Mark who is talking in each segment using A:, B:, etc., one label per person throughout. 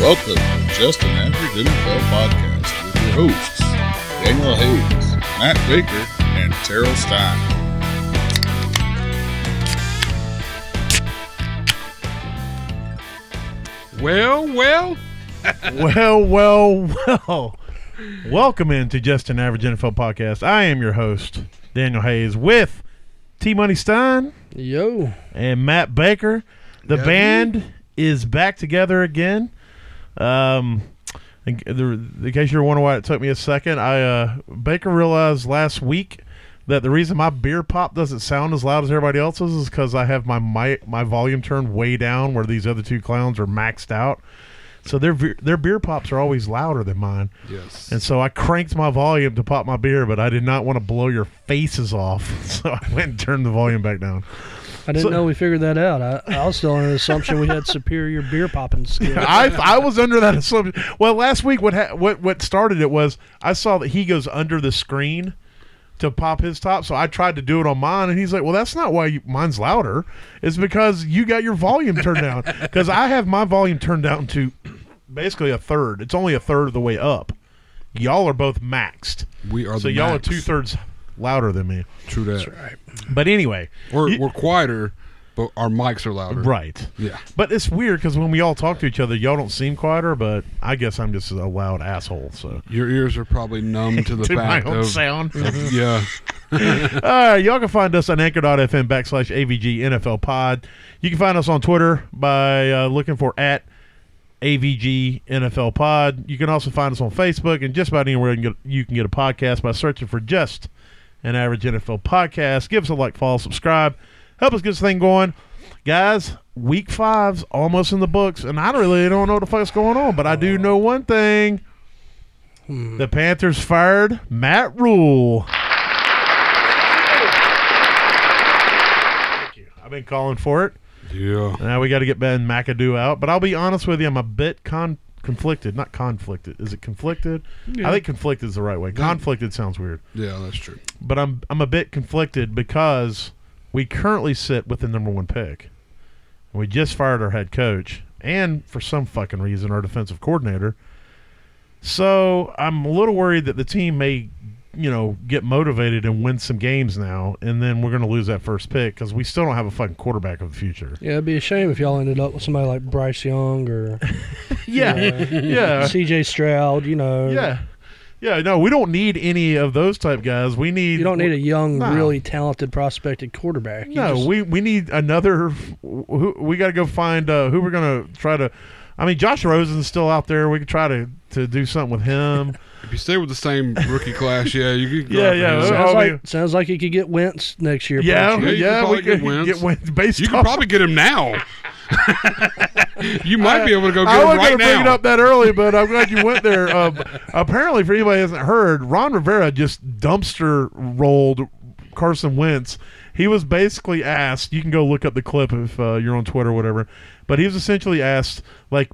A: Welcome to Just an Average NFL podcast with your hosts, Daniel Hayes, Matt Baker, and Terrell Stein.
B: Well, well,
C: well, well, well. Welcome into Just an Average NFL podcast. I am your host, Daniel Hayes, with T Money Stein
D: Yo,
C: and Matt Baker. The
B: Yeah.
C: band is back together again. Um, in, the, in case you're wondering why it took me a second, I uh, Baker realized last week that the reason my beer pop doesn't sound as loud as everybody else's is because I have my, my my volume turned way down where these other two clowns are maxed out. So their ve- their beer pops are always louder than mine.
B: yes.
C: And so I cranked my volume to pop my beer, but I did not want to blow your faces off. So I went and turned the volume back down.
D: I didn't
C: So-
D: know we figured that out. I, I was still on an assumption we had superior beer popping skills.
C: I, I was under that assumption. Well, last week what ha- what what started it was I saw that he goes under the screen to pop his top, so I tried to do it on mine, and he's like, "Well, that's not why you, mine's louder. It's because you got your volume turned down. Because I have my volume turned down to basically a third. It's only a third of the way up. Y'all are both maxed,
B: We are
C: so
B: the
C: y'all
B: Macs.
C: are two thirds louder than me.
B: True that.
C: But anyway,
B: We're,
C: You-
B: we're quieter, but our mics are louder.
C: right.
B: Yeah.
C: But it's weird because when we all talk to each other, y'all don't seem quieter. But I guess I'm just a loud asshole. So
B: Your ears are probably numb to the
C: to my
B: back
C: own
B: of.
C: sound.
B: Yeah.
C: All right, y'all can find us on anchor.fm backslash AVG NFL pod. You can find us on Twitter by uh, looking for at AVG NFL pod. You can also find us on Facebook and just about anywhere you can, get, you can get a podcast by searching for just an average NFL podcast. Give us a like, follow, subscribe. Help us get this thing going. Guys, week five's almost in the books, and I really don't know what the fuck's going on, but I do know one thing. The Panthers fired Matt Rule. Thank you. I've been calling for it.
B: Yeah.
C: Now we got to get Ben McAdoo out. But I'll be honest with you, I'm a bit con- conflicted. Not conflicted. Is it conflicted? I think conflicted is the right way. Conflicted sounds weird.
B: Yeah, that's true.
C: But I'm I'm a bit conflicted because we currently sit with the number one pick. We just fired our head coach and for some fucking reason our defensive coordinator. So I'm a little worried that the team may, you know, get motivated and win some games now, and then we're going to lose that first pick because we still don't have a fucking quarterback of the future.
D: Yeah, it'd be a shame if y'all ended up with somebody like Bryce Young or
C: Yeah, yeah,
D: C.J. Stroud. You know,
C: yeah, yeah. No, we don't need any of those type guys. We need
D: you don't need a young,
C: No.
D: really talented prospected quarterback. You
C: No,
D: just-
C: we we need another. Who, we got to go find uh, who we're gonna try to. I mean, Josh Rosen's still out there. We could try to to do something with him.
B: If you stay with the same rookie class, yeah, you could. go
C: Yeah,
B: after
C: yeah.
B: him.
D: sounds
C: Oh,
D: like
C: we-
D: sounds like you could get Wentz next year.
C: yeah,
D: Patrick.
B: you could
C: yeah,
B: probably
C: we
B: get
C: could
B: wins.
C: get wins based
B: You could
C: off-
B: probably get him now. you might be able to go get
C: I
B: him
C: wasn't
B: right
C: gonna bring it
B: now.
C: up that early, but I'm glad you went there. Um, apparently, for anybody who hasn't heard, Ron Rivera just dumpster rolled Carson Wentz. He was basically asked. You can go look up the clip if uh, you're on Twitter or whatever. But he was essentially asked, like,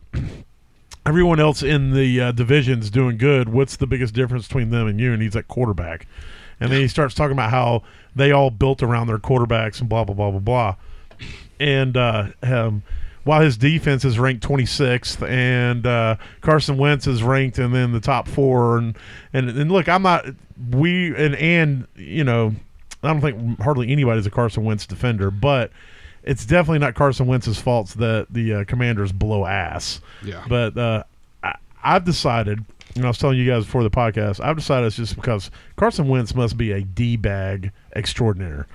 C: everyone else in the uh, division's doing good. What's the biggest difference between them and you? And he's like quarterback. And then he starts talking about how they all built around their quarterbacks and blah blah blah blah blah. And uh, um, while his defense is ranked 26th, and uh, Carson Wentz is ranked and then the top four, and and, and look, I'm not we and and you know I don't think hardly anybody's a Carson Wentz defender, but it's definitely not Carson Wentz's fault that the uh, Commanders blow ass.
B: Yeah.
C: But uh, I, I've decided, and I was telling you guys before the podcast, I've decided it's just because Carson Wentz must be a d bag extraordinaire.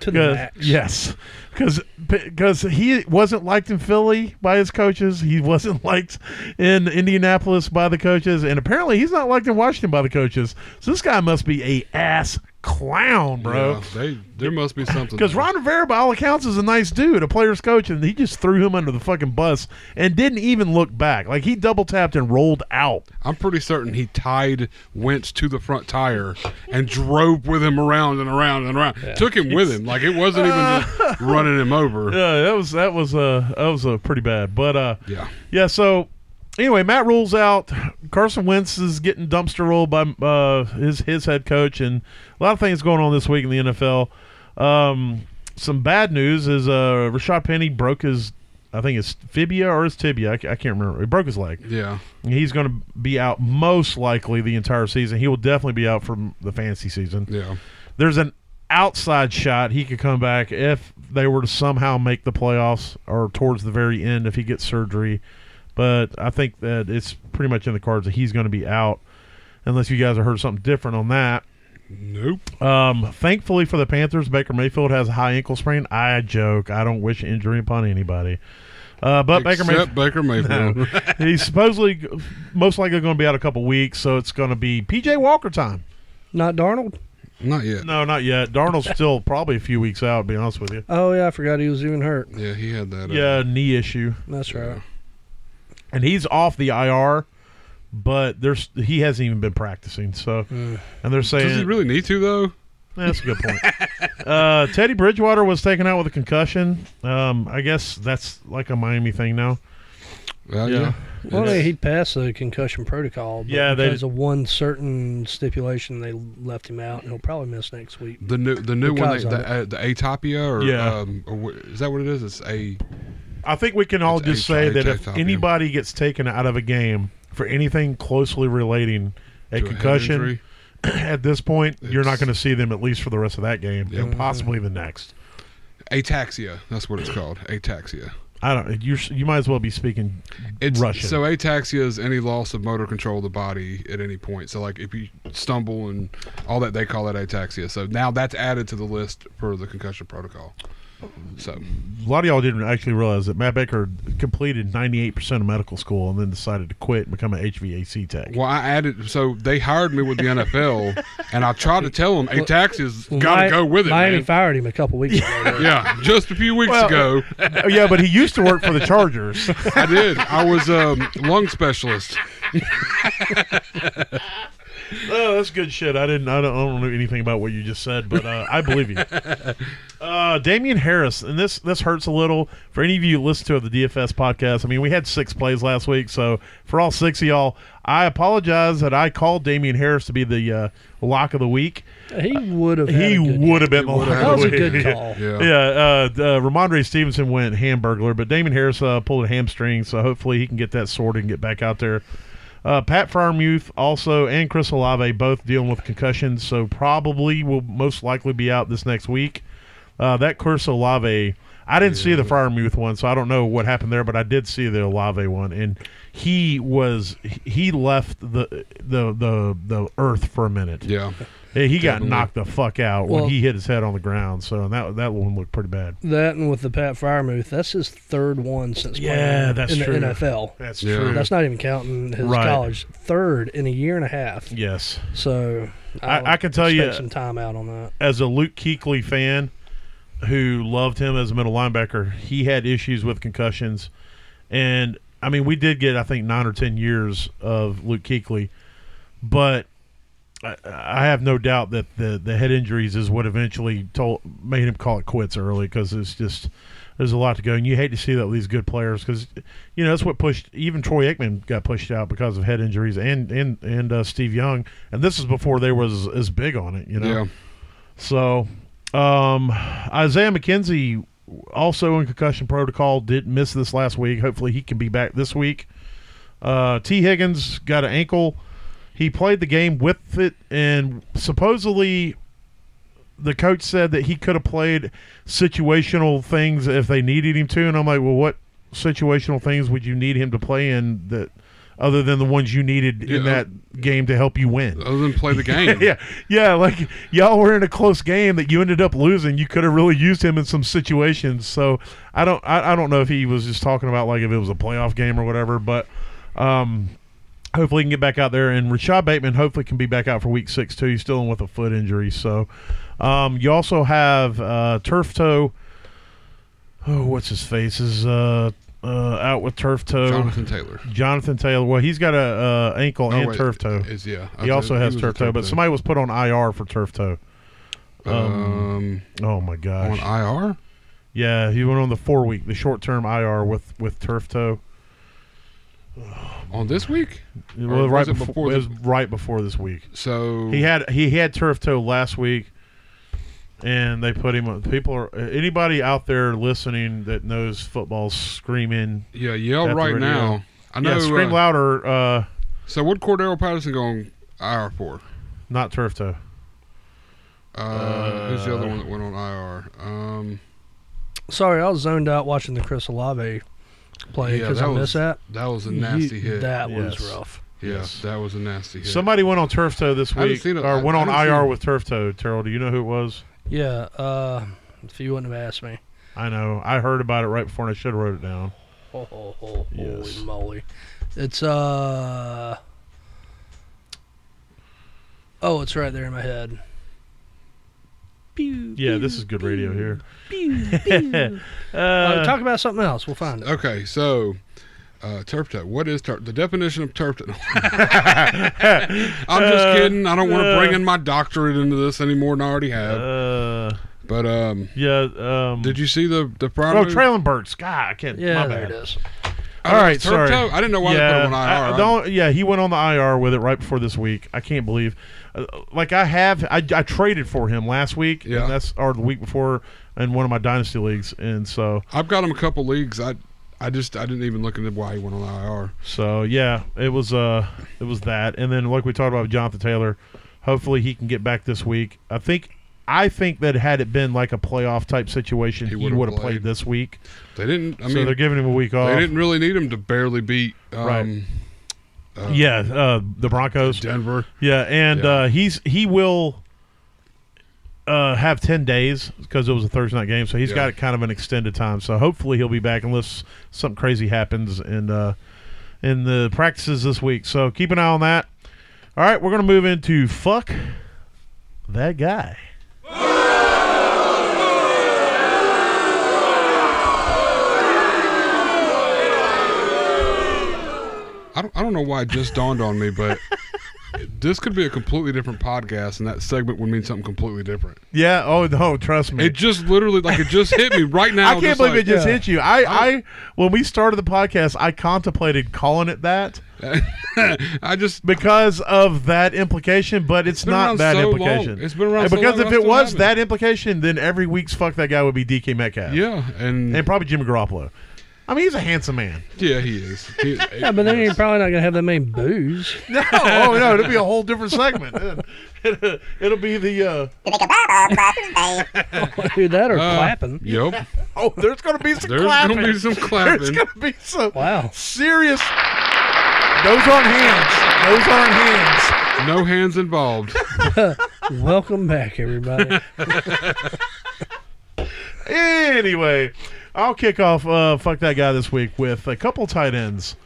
D: to the
C: Because-
D: max.
C: Yes, because because he wasn't liked in Philly by his coaches. He wasn't liked in Indianapolis by the coaches, and apparently he's not liked in Washington by the coaches. So this guy must be a ass clown, bro.
B: Yeah, they, there must be something.
C: Because
B: there.
C: Ron Rivera, by all accounts, is a nice dude, a player's coach, and he just threw him under the fucking bus and didn't even look back. Like he double tapped and rolled out.
B: I'm pretty certain he tied Wentz to the front tire and drove with him around and around and around. Took him with him. Like it wasn't even just running him over.
C: Yeah, that was that was uh that was uh, pretty bad. But uh
B: Yeah.
C: yeah. So anyway, Matt rules out. Carson Wentz is getting dumpster rolled by uh, his his head coach, and a lot of things going on this week in the NFL. Um, some bad news is uh Rashad Penny broke his I think it's fibia or his tibia. I, ca- I can't remember. He broke his leg.
B: Yeah.
C: He's going to be out most likely the entire season. He will definitely be out from the fantasy season.
B: Yeah.
C: There's an outside shot he could come back if they were to somehow make the playoffs or towards the very end if he gets surgery. But I think that it's pretty much in the cards that he's going to be out unless you guys have heard something different on that.
B: Nope.
C: Um, thankfully for the Panthers, Baker Mayfield has a high ankle sprain. I joke. I don't wish injury upon anybody. Uh, but Baker Mayfield.
B: Except Baker Mayfield.
C: He's supposedly most likely going to be out a couple weeks, so it's going to be PJ Walker time.
D: Not Darnold.
B: Not yet.
C: No, not yet. Darnold's still probably a few weeks out. To be honest with you,
D: Oh yeah, I forgot he was even hurt.
B: Yeah, he had that. uh,
C: yeah, knee issue,
D: That's right.
C: and he's off the IR, but there's he hasn't even been practicing. So, and they're saying eh,
B: Does Mm. he really need to though? Uh,
C: That's a good point. uh, Teddy Bridgewater was taken out with a concussion. Um, I guess that's like a Miami thing now.
B: Uh,
C: Yeah.
D: Well, they- he passed the concussion protocol. But
C: Yeah, they-
D: because of one certain stipulation, they left him out, and he'll probably miss next week.
B: The new the new
D: Because
B: one
D: of
B: the, the, uh, the atopia or
C: Yeah.
B: um or what, is that what it is? It's a
C: I think we can all
B: It's
C: just
B: H-
C: say
B: H-
C: that
B: H-
C: if
B: top, yeah.
C: anybody gets taken out of a game for anything closely relating a
B: to head
C: concussion
B: injury.
C: at this point, you're not
B: It's-
C: going to see them at least for the rest of that game and possibly the next.
B: Ataxia. That's what it's called. Ataxia.
C: I don't. You you might as well be speaking
B: It's
C: Russian.
B: so ataxia is any loss of motor control of the body at any point. So like if you stumble and all that, they call that ataxia. So now that's added to the list for the concussion protocol. So
C: a lot of y'all didn't actually realize that Matt Baker completed 98 percent of medical school and then decided to quit and become an HVAC tech.
B: well, I added. So they hired me with the NFL, and I tried to tell them ataxia's got to
D: Mi-
B: go with it,
D: Miami
B: man.
D: fired him a couple weeks ago.
B: Yeah, just a few weeks
C: Well-
B: ago,
C: Oh, yeah, but he used to work for the Chargers.
B: I did. I was um, lung specialist.
C: Oh, that's good shit. I didn't. I don't, I don't know anything about what you just said, but uh, I believe you. Uh, Damian Harris, and this this hurts a little for any of you who listen to the DFS podcast. I mean, we had six plays last week, so for all six of y'all, I apologize that I called Damian Harris to be the uh, lock of the week.
D: he would have. had
C: he
D: a good-
C: would have been the lock
B: would've
D: That
C: of
D: was
C: the
D: a
C: week.
D: good call.
B: Yeah.
C: Yeah, uh, uh, Ramondre Stevenson went hamburglar, but Damon Harris uh, pulled a hamstring, so hopefully he can get that sorted and get back out there. Uh, Pat Fryermuth also and Chris Olave both dealing with concussions, so probably will most likely be out this next week. Uh, that Chris Olave, I didn't see the Fryermuth one, so I don't know what happened there, but I did see the Olave one, and he was he left the the the the earth for a minute.
B: Yeah.
C: He got knocked the fuck out
D: Well-
C: when he hit his head on the ground. So and that that one looked pretty bad.
D: That and with the Pat Fryermuth, that's his third one since
C: Yeah,
D: playing
C: that's
D: in
C: true.
D: the NFL.
C: That's
B: Yeah. true.
D: That's not even counting his
C: Right.
D: college. Third in a year and a half.
C: yes.
D: So
C: I-
D: would
C: I can tell you-
D: expect some time out on that.
C: As a Luke Keekley fan who loved him as a middle linebacker, he had issues with concussions. And I mean, we did get I think 9 or 10 years of Luke Keekley, but I, I have no doubt that the the head injuries is what eventually told made him call it quits early because it's just there's a lot to go and you hate to see that with these good players because you know that's what pushed even Troy Aikman got pushed out because of head injuries and and and uh, Steve Young and this is before they was as big on it you know
B: Yeah.
C: so um, Isaiah McKenzie also in concussion protocol didn't miss this last week hopefully he can be back this week uh, T Higgins got an ankle he played the game with it and supposedly the coach said that he could have played situational things if they needed him to and i'm like well what situational things would you need him to play in that other than the ones you needed in
B: Yeah.
C: that game to help you win
B: Other than play the game.
C: yeah yeah like y'all were in a close game that you ended up losing you could have really used him in some situations so i don't I, I don't know if he was just talking about like if it was a playoff game or whatever but um hopefully he can get back out there and Rashad Bateman hopefully can be back out for week six too he's still in with a foot injury so um, you also have uh, turf toe oh what's his face is uh, uh, out with turf toe
B: Jonathan Taylor.
C: Jonathan Taylor well he's got a uh, ankle
B: Oh,
C: and
B: wait,
C: turf toe
B: Is, yeah.
C: he also has
B: was a
C: turf toe, but somebody was put on IR for turf toe.
B: um,
C: Oh my gosh!
B: on IR.
C: yeah, he went on the four week, the short term IR with with turf toe.
B: On this week,
C: Well,
B: was
C: right
B: it
C: before,
B: before
C: it
B: the-
C: was right before this week.
B: so
C: He had he had turf toe last week, and they put him. on- People are anybody out there listening that knows football screaming.
B: Yeah, yell
C: At the
B: right
C: radio.
B: now. I know.
C: yeah, scream
B: uh,
C: louder. Uh,
B: So what Cordero Patterson going IR for?
C: not turf toe.
B: Uh, who's the other one that went on IR? Um,
D: Sorry, I was zoned out watching the Chris Olave play
B: Yeah,
D: because
B: that
D: I
B: was
D: missed that.
B: that was a nasty
D: You-
B: hit.
D: That
C: Yes.
D: was rough.
B: yeah,
C: yes.
B: that was a nasty hit.
C: Somebody went on turf toe this
B: I haven't
C: week,
B: seen it.
C: or
B: I-
C: went
B: I
C: on
B: haven't
C: IR
B: seen it.
C: with turf toe. Terrell, do you know who it was?
D: Yeah. Uh, if you wouldn't have asked me.
C: I know. I heard about it right before, and I should have wrote it down.
D: Oh, ho ho
C: Yes.
D: holy moly! It's uh. Oh, it's right there in my head. Pew,
C: Yeah,
D: pew,
C: this is good radio here.
D: pew, pew. Uh,
C: Uh,
D: talk about something else. We'll find it.
B: okay, so. Uh, turf toe. What is turf? The definition of turf toe. I'm just
C: Uh,
B: kidding. I don't want to
C: uh,
B: bring in my doctorate into this anymore than I already have.
C: uh,
B: but um,
C: yeah. Um,
B: did you see the the
C: Oh,
B: prior? move?
C: Traylon Burks. God, I can't.
D: Yeah,
C: my
D: there
C: bad.
D: it is.
B: Oh,
C: All right,
B: it's
C: sorry.
B: turf toe? I didn't know why they put him on
C: I-
B: IR.
C: I don't- yeah, he went on the IR with it right before this week. I can't believe, uh, like I have, I, I traded for him last week,
B: Yeah.
C: and that's or the week before in one of my dynasty leagues, and so
B: I've got him a couple leagues. I I just I didn't even look into why he went on IR.
C: so yeah, it was uh it was that, and then like we talked about with Jonathan Taylor, hopefully he can get back this week. I think. I think that had it been like a playoff type situation, he
B: He would've
C: would have
B: played.
C: played this week.
B: They didn't. I
C: so
B: mean,
C: they're giving him a week off.
B: They didn't really need him to barely beat um,
C: Right.
B: uh,
C: yeah, uh, the Broncos.
B: Denver.
C: Yeah, and
B: Yeah.
C: Uh, he's he will uh, have ten days because it was a Thursday night game, so he's
B: Yeah.
C: got kind of an extended time. So hopefully he'll be back unless something crazy happens in uh, in the practices this week. So keep an eye on that. All right, we're gonna move into fuck that guy.
B: I don't, I don't know why it just dawned on me, but this could be a completely different podcast, and that segment would mean something completely different.
C: Yeah. Oh no, trust me.
B: It just literally, like, it just hit me right now.
C: I can't believe it just
D: yeah.
C: hit you. I, I when we started the podcast, I contemplated calling it that.
B: just. I just.
C: because of that implication, but it's,
B: been
C: not
B: around
C: that
B: so long.
C: implication.
B: It's been around so
C: because if
B: long, I
C: it
B: still
C: was
B: haven't.
C: that implication, then every week's fuck that guy would be DK Metcalf.
B: Yeah, and,
C: and probably Jimmy Garoppolo. I mean, he's a handsome man.
B: yeah, he is. He-
D: Yeah, but then you're probably not gonna have that many booze.
C: No, oh no, it'll be a whole different segment. It'll, it'll be the uh,
E: You think about all fucking day.
D: Dude, that or
B: uh,
D: clapping.
B: Yep.
C: oh, there's gonna be some
B: There's
C: clapping.
B: gonna be some clapping.
C: There's gonna be some
D: Wow.
C: serious. Those aren't hands. Those aren't hands.
B: No hands involved.
D: Welcome back, everybody.
C: Anyway, I'll kick off uh, fuck that guy this week with a couple tight ends.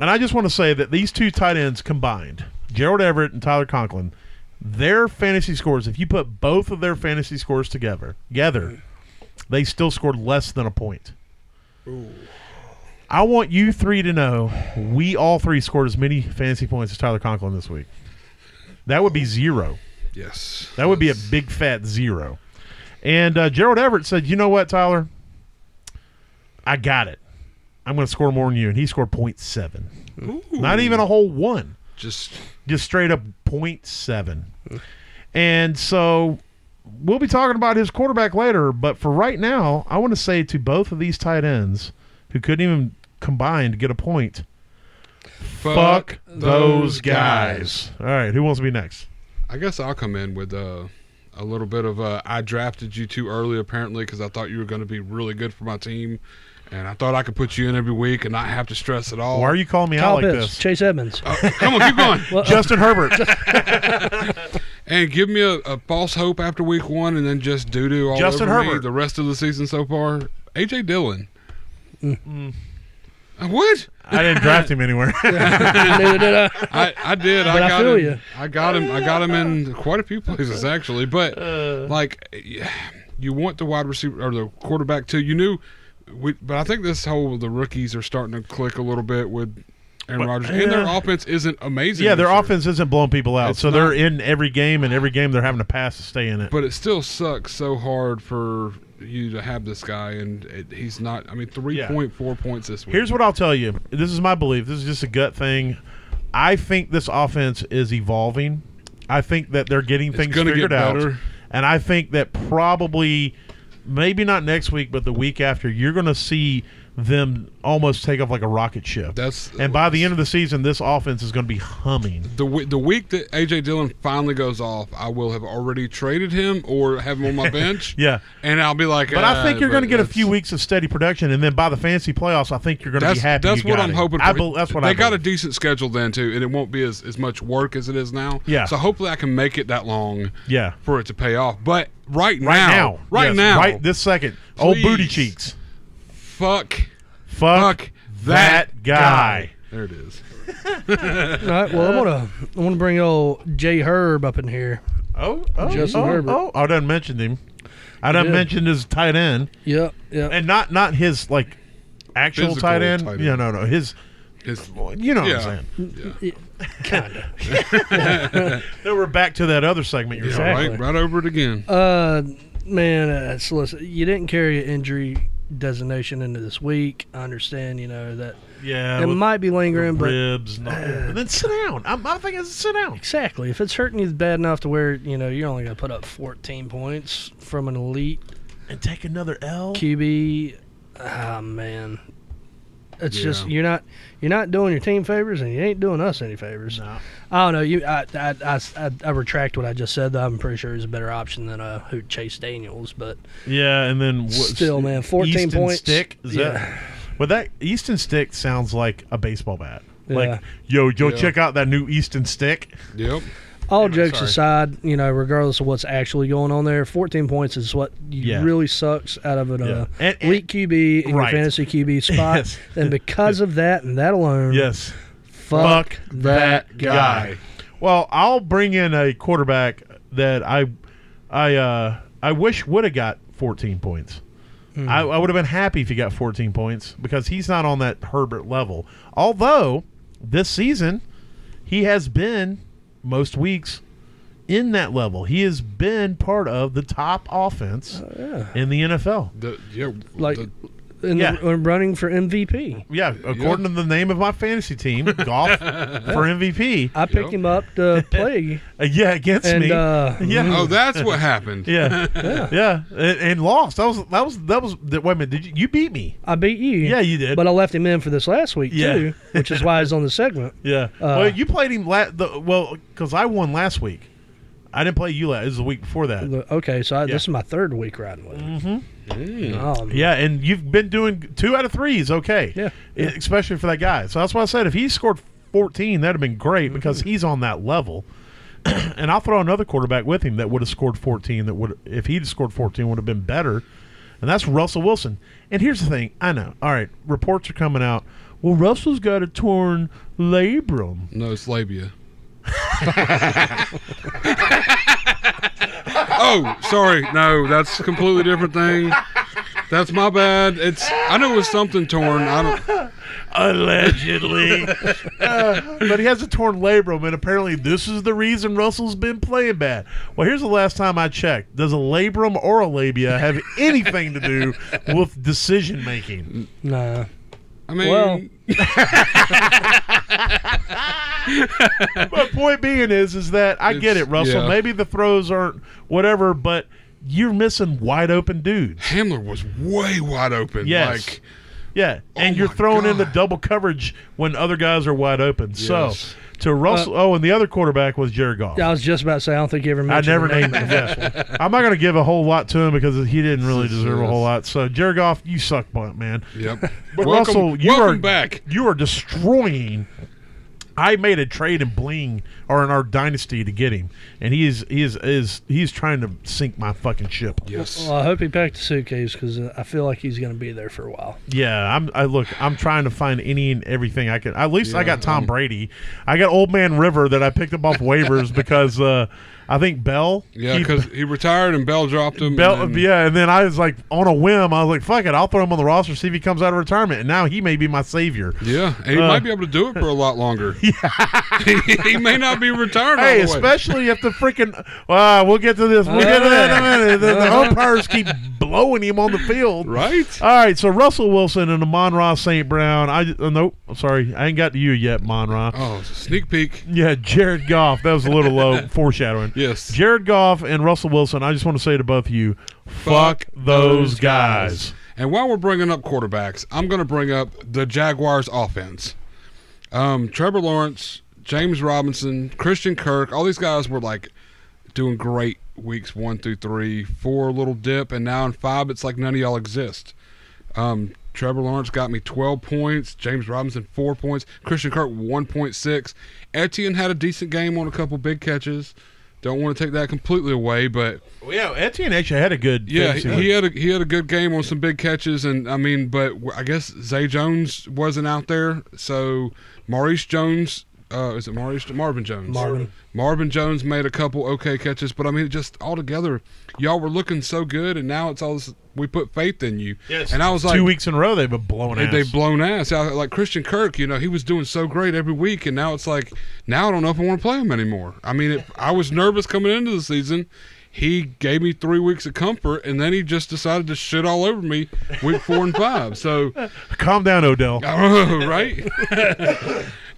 C: And I just want to say that these two tight ends combined, Gerald Everett and Tyler Conklin, their fantasy scores, if you put both of their fantasy scores together, together, they still scored less than a point. I want you three to know we all three scored as many fantasy points as Tyler Conklin this week. That would be zero.
B: Yes.
C: That would be a big fat zero. And uh, Gerald Everett said, "You know what, Tyler? I got it. I'm going to score more than you." And he scored .7. Not even a whole one.
B: Just.
C: Just straight up .7. and so we'll be talking about his quarterback later, but for right now, I want to say to both of these tight ends who couldn't even combine to get a point, fuck those guys. All right, who wants to be next?
B: I guess I'll come in with uh, a little bit of uh, I drafted you too early apparently because I thought you were going to be really good for my team, and I thought I could put you in every week and not have to stress at all.
C: Why are you calling me out
D: Kyle
C: like
D: Pitts,
C: this? Uh,
D: Chase Edmonds.
B: Oh, come on, keep going,
D: Well,
C: Justin Herbert.
B: and give me a, a false hope after week one, and then just doo doo all
C: Justin
B: over me
C: Herbert.
B: the rest of the season so far. AJ Dillon.
C: Mm.
B: Uh, What?
C: I didn't draft him anywhere.
D: neither did I.
B: I, I did.
D: But
B: I
D: I
B: got
D: feel
B: him.
D: ya.
B: I got him. I got him in quite a few places actually. But like, you want the wide receiver or the quarterback too. You knew, we, but I think this whole the rookies are starting to click a little bit with Aaron Rodgers, and their
C: yeah.
B: offense isn't amazing.
C: yeah, their
B: this year.
C: offense isn't blowing people out,
B: It's
C: so
B: not.
C: they're in every game, and every game they're having to pass to stay in it.
B: But it still sucks so hard for you to have this guy, and it, he's not. I mean, three point four points this week.
C: Here's what I'll tell you. This is my belief. This is just a gut thing. I think this offense is evolving. I think that they're getting things
B: gonna
C: figured
B: get
C: out.
B: better.
C: And I think that probably, maybe not next week, but the week after, you're going to see them almost take off like a rocket ship.
B: That's-
C: and by the end of the season, this offense is going to be humming.
B: The, w- the week that AJ Dillon finally goes off, I will have already traded him or have him on my bench.
C: Yeah.
B: and I'll be like, uh,
C: But I think you're going to get a few weeks
B: weeks.
C: of steady production, and then by the fantasy playoffs, I think you're going to be happy.
B: That's
C: you
B: what
C: got
B: I'm
C: him.
B: hoping for.
C: I bel- that's what
B: they
C: I
B: got a
C: believe.
B: decent schedule then too, and it won't be as, as much work as it is now.
C: Yeah.
B: So hopefully I can make it that long.
C: Yeah.
B: For it to pay off, but right now,
C: right now,
B: right
C: Yes,
B: now,
C: right this second. Old booty
B: Please.
C: cheeks.
B: fuck,
C: Fuck,
B: fuck
C: that, guy.
B: There it is.
D: All right. Well, I want to I want to bring old Jay Herb up in here.
C: Oh, oh,
D: Justin
C: oh,
D: Herbert.
C: oh, I done mentioned him. I done
D: did.
C: mentioned his tight end,
D: Yep. Yep.
C: and not not his like actual
B: Physical
C: tight end.
B: tight end.
C: Yeah, no, no, his.
B: It's-
C: You know what
B: Yeah.
C: I'm saying? Then we're back to that other segment. You're
B: yeah,
C: talking
B: right, right over it again.
D: Uh, man, uh, so listen, you didn't carry an injury designation into this week. I understand, you know that
C: about. Yeah,
D: it
C: with
D: might be lingering, but
C: ribs. And, all- and then sit down. I'm, I'm thinking sit down.
D: exactly if it's hurting you bad enough to where you know you're only going to put up 14 points from an elite
C: and take another L.
D: QB, ah man, it's just
B: Yeah.
D: you're not you're not doing your team favors and you ain't doing us any favors.
C: No.
D: I don't know. You, I, I, I, I, I retract what I just said. Though I'm pretty sure it's a better option than uh, who Chase Daniels, but
C: Yeah, and then what,
D: Still, man, 14
C: Easton
D: points.
C: Stick. Is
D: Yeah.
C: that? Well, that Easton Stick sounds like a baseball bat.
D: Yeah.
C: Like, yo, yo,
B: Yeah.
C: check out that new Easton Stick.
B: Yep.
D: All jokes
B: sorry.
D: aside, you know, regardless of what's actually going on there, 14 points is what you
C: Yeah.
D: really sucks out of an uh,
C: Yeah. And- and-
D: elite QB in
C: Right.
D: your fantasy QB spot.
C: Yes.
D: And because of that and that alone,
C: Yes.
D: fuck,
C: Fuck
D: that.
B: guy.
C: Well, I'll bring in a quarterback that I, I, uh, I wish would have got 14 points. I, I would have been happy if he got 14 points because he's not on that Herbert level. Although this season, he has been most weeks in that level. He has been part of the top offense in the NFL.
B: The, yeah,
D: Like,
B: the-
D: in
C: Yeah.
D: the, in running for MVP.
C: Yeah, according to the name of my fantasy team, golf for MVP.
D: I picked
B: Yep.
D: him up to play.
C: Uh, yeah, against
D: And,
C: me.
D: uh,
C: yeah.
B: oh, that's what happened.
C: Yeah, yeah, And, and lost. That was that was that was. That, wait a minute, did you, you beat me?
D: I beat you.
C: Yeah, you did.
D: But I left him in for this last week,
C: Yeah.
D: too, which is why he's on the segment.
C: Yeah. well, you played him la- the Well, because I won last week. I didn't play you last. It was the week before that.
D: The- Okay, so I, this is my third week riding with him. Mm-hmm. Um,
C: Yeah, and you've been doing two out of three is okay.
D: Yeah.
C: E- especially for that guy. So that's why I said if he scored fourteen, that'd have been great because
D: Mm-hmm.
C: he's on that level. and I'll throw another quarterback with him that would have scored fourteen. That would if he'd scored fourteen would have been better. And that's Russell Wilson. And here's the thing, I know. All right, reports are coming out. Well, Russell's got a torn labrum.
B: No, it's labia. oh, sorry. No, that's a completely different thing. That's my bad. It's I know it was something torn. I don't.
C: Allegedly. Uh, but he has a torn labrum, and apparently this is the reason Russell's been playing bad. Well, here's the last time I checked. Does a labrum or a labia have anything to do with decision making?
D: Nah.
B: I mean,
D: Well-
C: But point being is, is that I get it,
B: It's-
C: Russell.
B: yeah.
C: Maybe the throws aren't whatever, but you're missing wide open dudes.
B: Hamler was way wide open.
C: Yes.
B: Like oh
C: Yeah, and
B: my
C: you're throwing in the
B: God.
C: double coverage when other guys are wide open.
B: Yes. Uh,
C: So to Russell, oh, and the other quarterback was Jared Goff.
D: I was just about to say I don't think you ever
C: I
D: mentioned.
C: never
D: the name.
C: named him. Yeah. I'm not going to give a whole lot to him because he didn't really
B: This is-
C: deserve a whole lot. So, Jared Goff, you suck bunt, man.
B: Yep.
C: But
B: welcome,
C: Russell, you
B: welcome
C: are
B: back.
C: You are destroying. I made a trade in Bling or in our dynasty to get him, and he is he is is he's trying to sink my fucking ship.
B: Yes.
D: Well, I hope he packed a suitcase because I feel like he's going to be there for a while.
C: Yeah, I'm. I look. I'm trying to find any and everything I can. At least I
B: Yeah,
C: got Tom
B: I'm-
C: Brady. I got Old Man River that I picked up off waivers because uh, I think Bell.
B: Yeah,
C: he-
B: because he retired and Bell dropped him.
C: Bell,
B: and then-
C: yeah, and then I was like on a whim. I was like, "Fuck it, I'll throw him on the roster, see if he comes out of retirement." And now he may be my savior.
B: Yeah, and he
C: Uh,
B: might be able to do it for a lot longer. he may not be retired.
C: Hey,
B: all the way.
C: especially if the freaking uh, we'll get to this. We'll get to that in a minute. The, the umpires keep blowing him on the field.
B: right.
C: All right, so Russell Wilson and Amon Ross St. Brown. I uh, nope, I'm sorry, I ain't got to you yet, Amon Ra.
B: Oh, sneak peek.
C: Yeah, Jared Goff. That was a little low foreshadowing.
B: Yes.
C: Jared Goff and Russell Wilson, I just want to say to both of you, fuck, those guys.
B: And while we're bringing up quarterbacks, I'm going to bring up the Jaguars' offense. Um, Trevor Lawrence, James Robinson, Christian Kirk, all these guys were like doing great weeks one through three, four little dip, and now in five, it's like none of y'all exist. Um, Trevor Lawrence got me 12 points, James Robinson, four points, Christian Kirk, 1.6. Etienne had a decent game on a couple big catches. Don't want to take that completely away, but
C: Well, yeah, Etienne actually had a good.
B: yeah,
C: fantasy
B: he,
C: week.
B: he had a he had a good game on some big catches, and I mean, but w- I guess Zay Jones wasn't out there, so Maurice Jones. Uh, is it Maurice Marvin Jones?
D: Marvin.
B: Marvin Jones made a couple okay catches, but I mean, just altogether, y'all were looking so good, and now it's all this, we put faith in you.
C: Yes.
B: And I was like,
C: two weeks in a row they've been blowing out.
B: they- They've blown ass out. Like Christian Kirk, you know, he was doing so great every week, and now it's like, now I don't know if I want to play him anymore. I mean, it, I was nervous coming into the season. He gave me three weeks of comfort, and then he just decided to shit all over me week four and five. So,
C: Calm down, Odell.
B: Oh, right?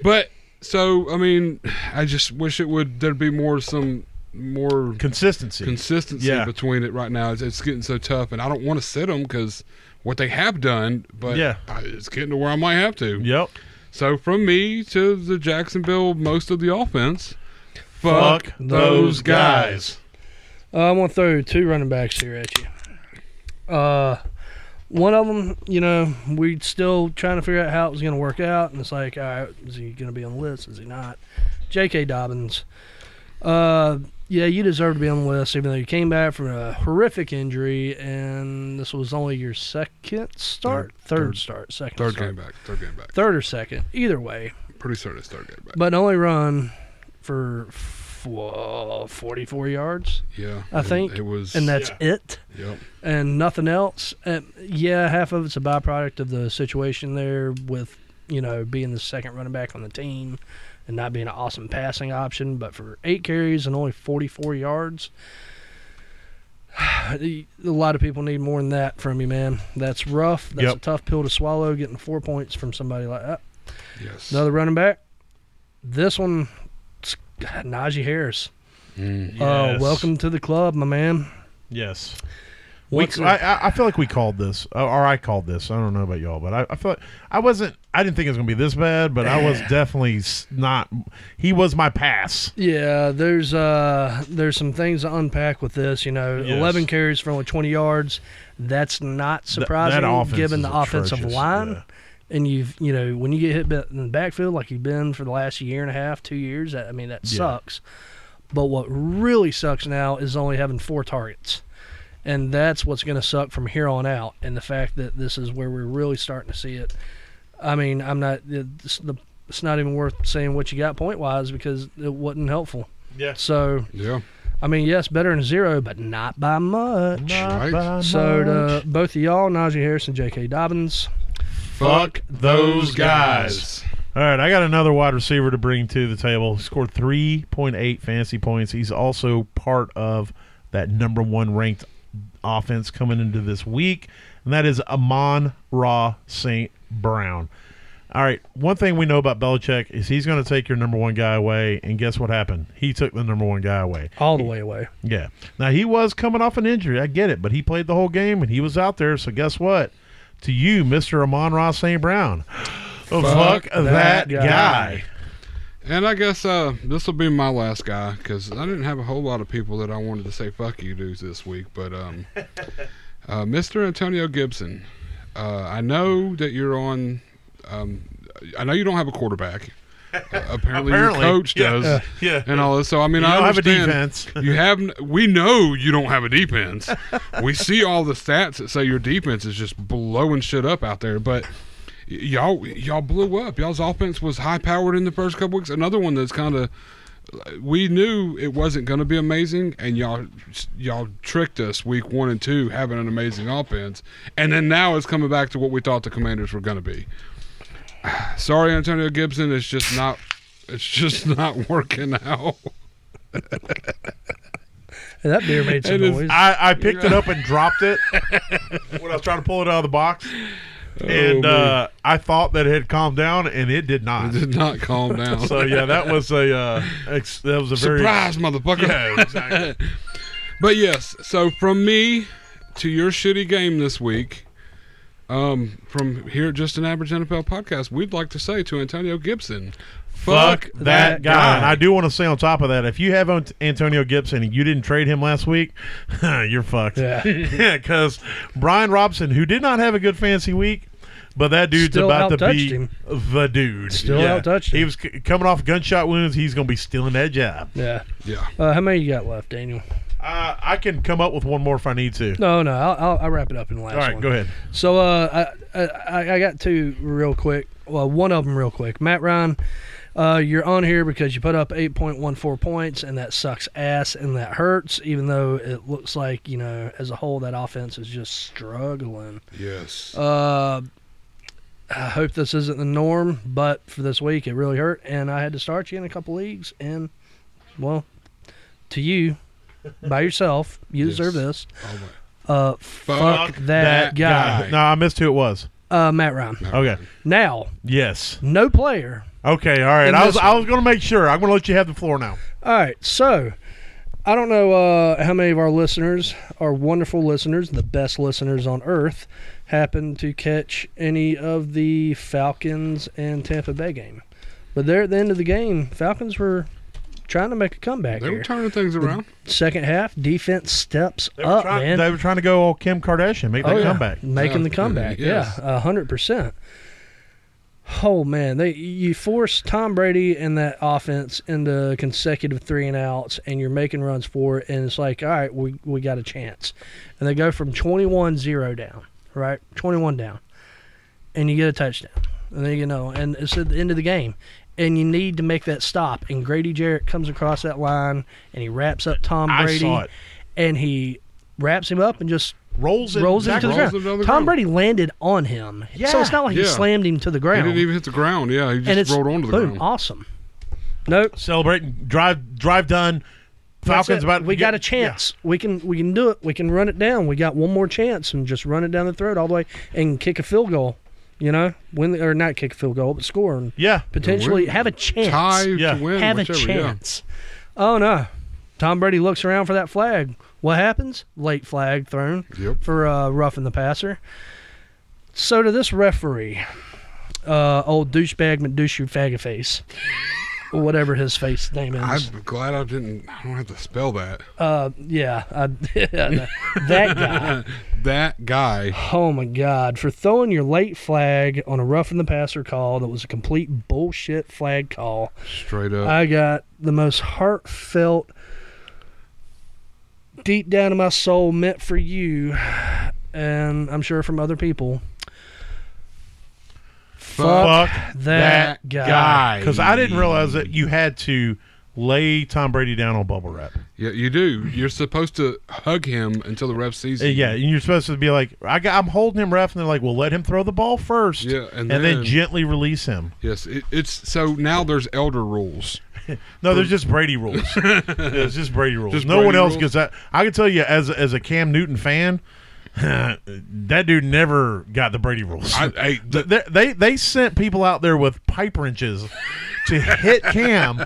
B: but so, I mean, I just wish it would there'd be more some more
C: Consistency.
B: consistency
C: Yeah.
B: between it right now. It's, it's getting so tough, and I don't want to sit them because what they have done, but
C: Yeah.
B: I, it's getting to where I might have to.
C: yep.
B: So from me to the Jacksonville, most of the offense.
C: Fuck,
B: Fuck
C: those
B: those
C: guys.
B: guys.
D: Uh, I'm gonna throw two running backs here at you. Uh, one of them, you know, we still trying to figure out how it was gonna work out, and it's like, all right, is he gonna be on the list? Is he not? J.K. Dobbins. Uh, yeah, you deserve to be on the list, even though you came back from a horrific injury, and this was only your second start, third, start, second,
B: Third
D: start.
B: game back. Third game back.
D: third or second, either way.
B: Pretty certain it's third game back.
D: But only run for f- whoa, 44 yards,
B: Yeah.
D: I
B: it-
D: think,
B: it was.
D: and that's it
B: Yep.
D: and nothing else. And yeah, half of it's a byproduct of the situation there with, you know, being the second running back on the team and not being an awesome passing option. But for eight carries and only 44 yards, a lot of people need more than that from you, man. That's rough. That's a
C: Yep.
D: tough pill to swallow, getting four points from somebody like that.
B: Yes.
D: Another running back. This one, it's Najee Harris.
B: Mm.
D: Uh,
C: Yes.
D: welcome to the club, my man.
C: Yes. We,
D: What's
C: I, I- I feel like we called this, uh, or I called this. I don't know about y'all, but I, I feel like I wasn't. I didn't think it was gonna be this bad, but I was definitely s- not. He was my pass.
D: Yeah, there's uh there's some things to unpack with this. You know,
C: Yes.
D: 11 carries for only 20 yards. That's not surprising
C: offense
D: given
C: is
D: the offensive
C: atrocious,
D: line.
C: yeah.
D: And you've you know when you get hit bit- in the backfield like you've been for the last year and a half, two years. That, I mean that
C: Yeah.
D: sucks. But what really sucks now is only having four targets. And that's what's going to suck from here on out. And the fact that this is where we're really starting to see it. I mean, I'm not. It's, the, it's not even worth saying what you got point wise because it wasn't helpful.
C: Yes.
D: So,
B: Yeah.
D: I mean, yes, better than zero, but not by much.
B: Right.
D: So, uh, to both of y'all, Najee Harris and J.K. Dobbins.
C: fuck those guys. All right, I got another wide receiver to bring to the table. He scored 3.8 fantasy points. He's also part of that number one ranked offense coming into this week, and that is Amon Ra St. Brown. All right, one thing we know about Belichick is he's going to take your number one guy away, and guess what happened? He took the number one guy away.
D: All the way away.
C: Yeah. Now he was coming off an injury. I get it, but he played the whole game and he was out there. So guess what? To you, Mister Amon Ross St. Brown. Oh, fuck,
D: that
C: that, guy.
D: guy.
B: And I guess uh, this will be my last guy because I didn't have a whole lot of people that I wanted to say fuck you to this week. But um, uh, Mr. Antonio Gibson, uh, I know that you're on. Um, I know you don't have a quarterback. Uh, apparently,
C: Apparently.
B: your coach
C: Yeah.
B: does,
C: Yeah.
B: and all this. So I mean,
C: You
B: I
C: don't have a
B: understand-
C: defense.
B: You have. n- We know you don't have a defense. we see all the stats that say your defense is just blowing shit up out there, but y- y'all y'all blew up. Y'all's offense was high powered in the first couple weeks. Another one that's kind of we knew it wasn't going to be amazing, and y'all y'all tricked us week one and two having an amazing offense, and then now it's coming back to what we thought the Commanders were going to be. Sorry, Antonio Gibson, it's just not it's just not working out.
D: Hey, that beer made some
B: It is-
D: noise.
C: I, I picked it up and dropped it when I was trying to pull it out of the box. and
B: Oh, man.
C: uh, I thought that it had calmed down, and it did not.
B: Did not calm down.
C: so yeah, that was a uh, ex- that was a very
B: Surprise, motherfucker.
C: yeah exactly.
B: But yes, so from me to your shitty game this week, um, from here at Just an Average NFL podcast, we'd like to say to Antonio Gibson,
C: Fuck that
D: that
C: guy.
D: guy.
C: And I do want to say on top of that, if you have Ant- Antonio Gibson and you didn't trade him last week, you're fucked.
D: Yeah.
C: Because Brian Robson, who did not have a good fantasy week, but that dude's
D: Still
C: about to be
D: outtouched him.
C: the dude.
D: Still outtouched
C: He
D: him.
C: was c- coming off gunshot wounds. He's going to be stealing that job.
D: Yeah.
B: Yeah.
D: Uh, how many you got left, Daniel?
C: Uh, I can come up with one more if I need to.
D: No, no. I'll, I'll, I'll wrap it up in the last
C: All right,
D: one.
C: go ahead.
D: So uh, I, I I got two real quick. Well, one of them real quick. Matt Ryan, uh, you're on here because you put up 8.14 points, and that sucks ass, and that hurts. Even though it looks like you know, as a whole, that offense is just struggling.
B: Yes.
D: Uh, I hope this isn't the norm, but for this week, it really hurt, and I had to start you in a couple leagues, and well, to you, by yourself, you
B: Yes.
D: deserve this.
B: Oh, my.
D: Uh, fuck, that, guy,
C: No, I missed who it was.
D: Uh, Matt Ryan.
C: Okay.
D: Now,
C: yes.
D: no player.
C: Okay. All right.
D: And
C: I
D: this
C: was I
D: one.
C: was going to make sure. I'm going to let you have the floor now.
D: All right, so I don't know uh, how many of our listeners, our wonderful listeners, the best listeners on earth, happened to catch any of the Falcons and Tampa Bay game. But there at the end of the game, Falcons were trying to make a comeback
B: They were
D: here.
B: turning things around.
D: Second half, defense steps
C: They were,
D: up,
C: trying,
D: man. Oh,
C: they were trying to go all Kim Kardashian, make that
D: yeah.
C: comeback.
D: Making
B: Yeah.
D: the comeback.
B: Yes.
D: Yeah, a hundred percent. Oh man, they you force Tom Brady and that offense into consecutive three and outs, and you're making runs for it, and it's like, all right, we we got a chance, and they go from 21-0 down, right, twenty one down, and you get a touchdown, and then you know, and it's at the end of the game. And you need to make that stop. And Grady Jarrett comes across that line, and he wraps up Tom
C: I
D: Brady,
C: saw it.
D: and he wraps him up and just
C: Rolls it.
D: rolls him to the
C: backwards.
B: rolls
D: ground.
B: him down the
D: Tom
B: ground.
D: Brady landed on him, so it's not like
B: Yeah.
D: he slammed him to the ground.
B: He didn't even hit the ground. Yeah, he
D: and it's
B: just rolled onto the
D: boom,
B: ground.
D: awesome. Nope,
C: Celebrating. Drive. Drive done.
D: that's
C: Falcons
D: it.
C: about.
D: We
C: yeah,
D: got a chance. We can we can do it. We can run it down. We got one more chance and just run it down the throat all the way and kick a field goal. You know, win the, or not kick a field goal, but score and
C: Yeah.
D: potentially have a chance.
B: Tie
C: Yeah.
B: to win.
D: have
B: whichever,
D: a chance. Oh no. Tom Brady looks around for that flag. What happens? Late flag thrown
B: Yep.
D: for uh, roughing the passer. So to this referee, uh, old douchebag McDouche faggot face, or whatever his face name
B: Yeah.
D: is.
B: I'm glad I didn't. I don't have to spell that.
D: Uh, yeah, I, that guy.
B: That guy.
D: Oh my God! For throwing your late flag on a roughing the passer call that was a complete bullshit flag call.
B: Straight up.
D: I got the most heartfelt, deep down in my soul, meant for you, and I'm sure from other people. Fuck,
C: Fuck
D: that, guy.
C: Because I didn't realize that you had to lay Tom Brady down on bubble wrap.
B: Yeah, you do. You're supposed to hug him until the ref sees
C: Uh,
B: you.
C: Yeah, and you're supposed to be like, I got, I'm holding him ref, and they're like, well, let him throw the ball first.
B: Yeah, and
C: then,
B: then-
C: gently release him.
B: Yes. It, it's so now there's elder rules.
C: No, there's just Brady rules. there's just Brady rules.
B: Just
C: no
B: Brady
C: one else
B: rules?
C: gets that. I can tell you, as as a Cam Newton fan, that dude never got the Brady rules.
B: I, I, the,
C: they, they they sent people out there with pipe wrenches to hit Cam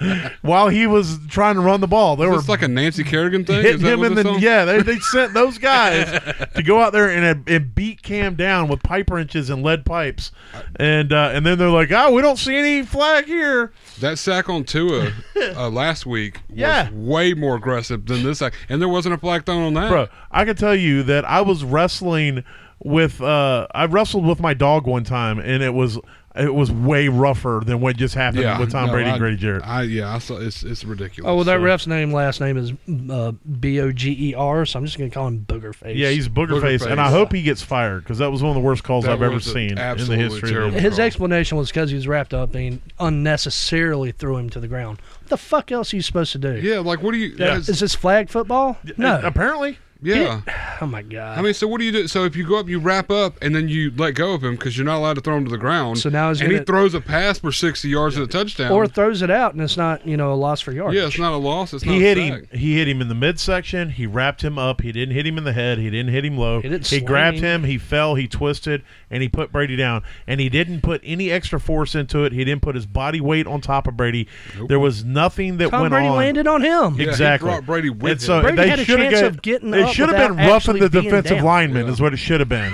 C: while he was trying to run the ball. They were
B: it's like a Nancy Kerrigan thing. Is
C: hitting
B: that
C: him
B: what
C: in
B: this
C: the
B: song-
C: yeah. They, they sent those guys to go out there and, and beat Cam down with pipe wrenches and lead pipes, and uh, and then they're like, oh, we don't see any flag here.
B: That sack on Tua uh, last week was
C: Yeah.
B: way more aggressive than this sack, and there wasn't a flag thrown on that.
C: bro i can tell you that i was wrestling with uh i wrestled with my dog one time and it was it was way rougher than what just happened
B: Yeah,
C: with tom
B: no,
C: brady
B: I-
C: and grady jarrett
B: I, yeah, I saw it's it's ridiculous.
D: Oh well, that
B: So-
D: ref's name last name is uh, B O G E R, so I'm just gonna call him Boogerface.
C: yeah he's booger,
B: Booger
C: face, and i
B: face.
C: hope he gets fired because that was one of the worst calls
B: That
C: i've ever
B: was a-
C: seen in the
B: absolutely
C: history of
B: terrible.
C: the
D: His explanation was because he was wrapped up and unnecessarily threw him to the ground. What the fuck else are you supposed to do?
B: Yeah, like what do you?
C: Yeah.
B: that's-
D: Is this flag football? No.
C: apparently
B: Yeah.
D: Oh my god.
B: I mean, so what do you do? So if you go up, you wrap up, and then you let go of him because you're not allowed to throw him to the ground.
D: So now he's
B: and he
D: gonna-
B: throws a pass for 60 yards and a touchdown.
D: or throws it out and it's not you know a loss for yardage.
B: yeah, it's not a loss. It's not
C: He
B: a
C: hit
B: sack.
C: him. He hit him in the midsection. He wrapped him up. He didn't hit him in the head. He didn't hit him low.
D: He didn't swing.
C: grabbed him. He fell. He twisted, and he put Brady down. And he didn't put any extra force into it. He didn't put his body weight on top of Brady. There was nothing that
D: Tom
C: went
D: Brady
C: on.
D: landed on him.
B: Yeah, he
C: Exactly.
B: brought Brady with
C: And
B: him.
C: so
D: Brady
C: they
D: had a
C: shoulda
D: chance
C: gave-
D: of getting
C: It
D: up
C: should have
D: without
C: been roughing
D: actually
C: the
D: being
C: defensive
D: down.
C: lineman is what it should have been.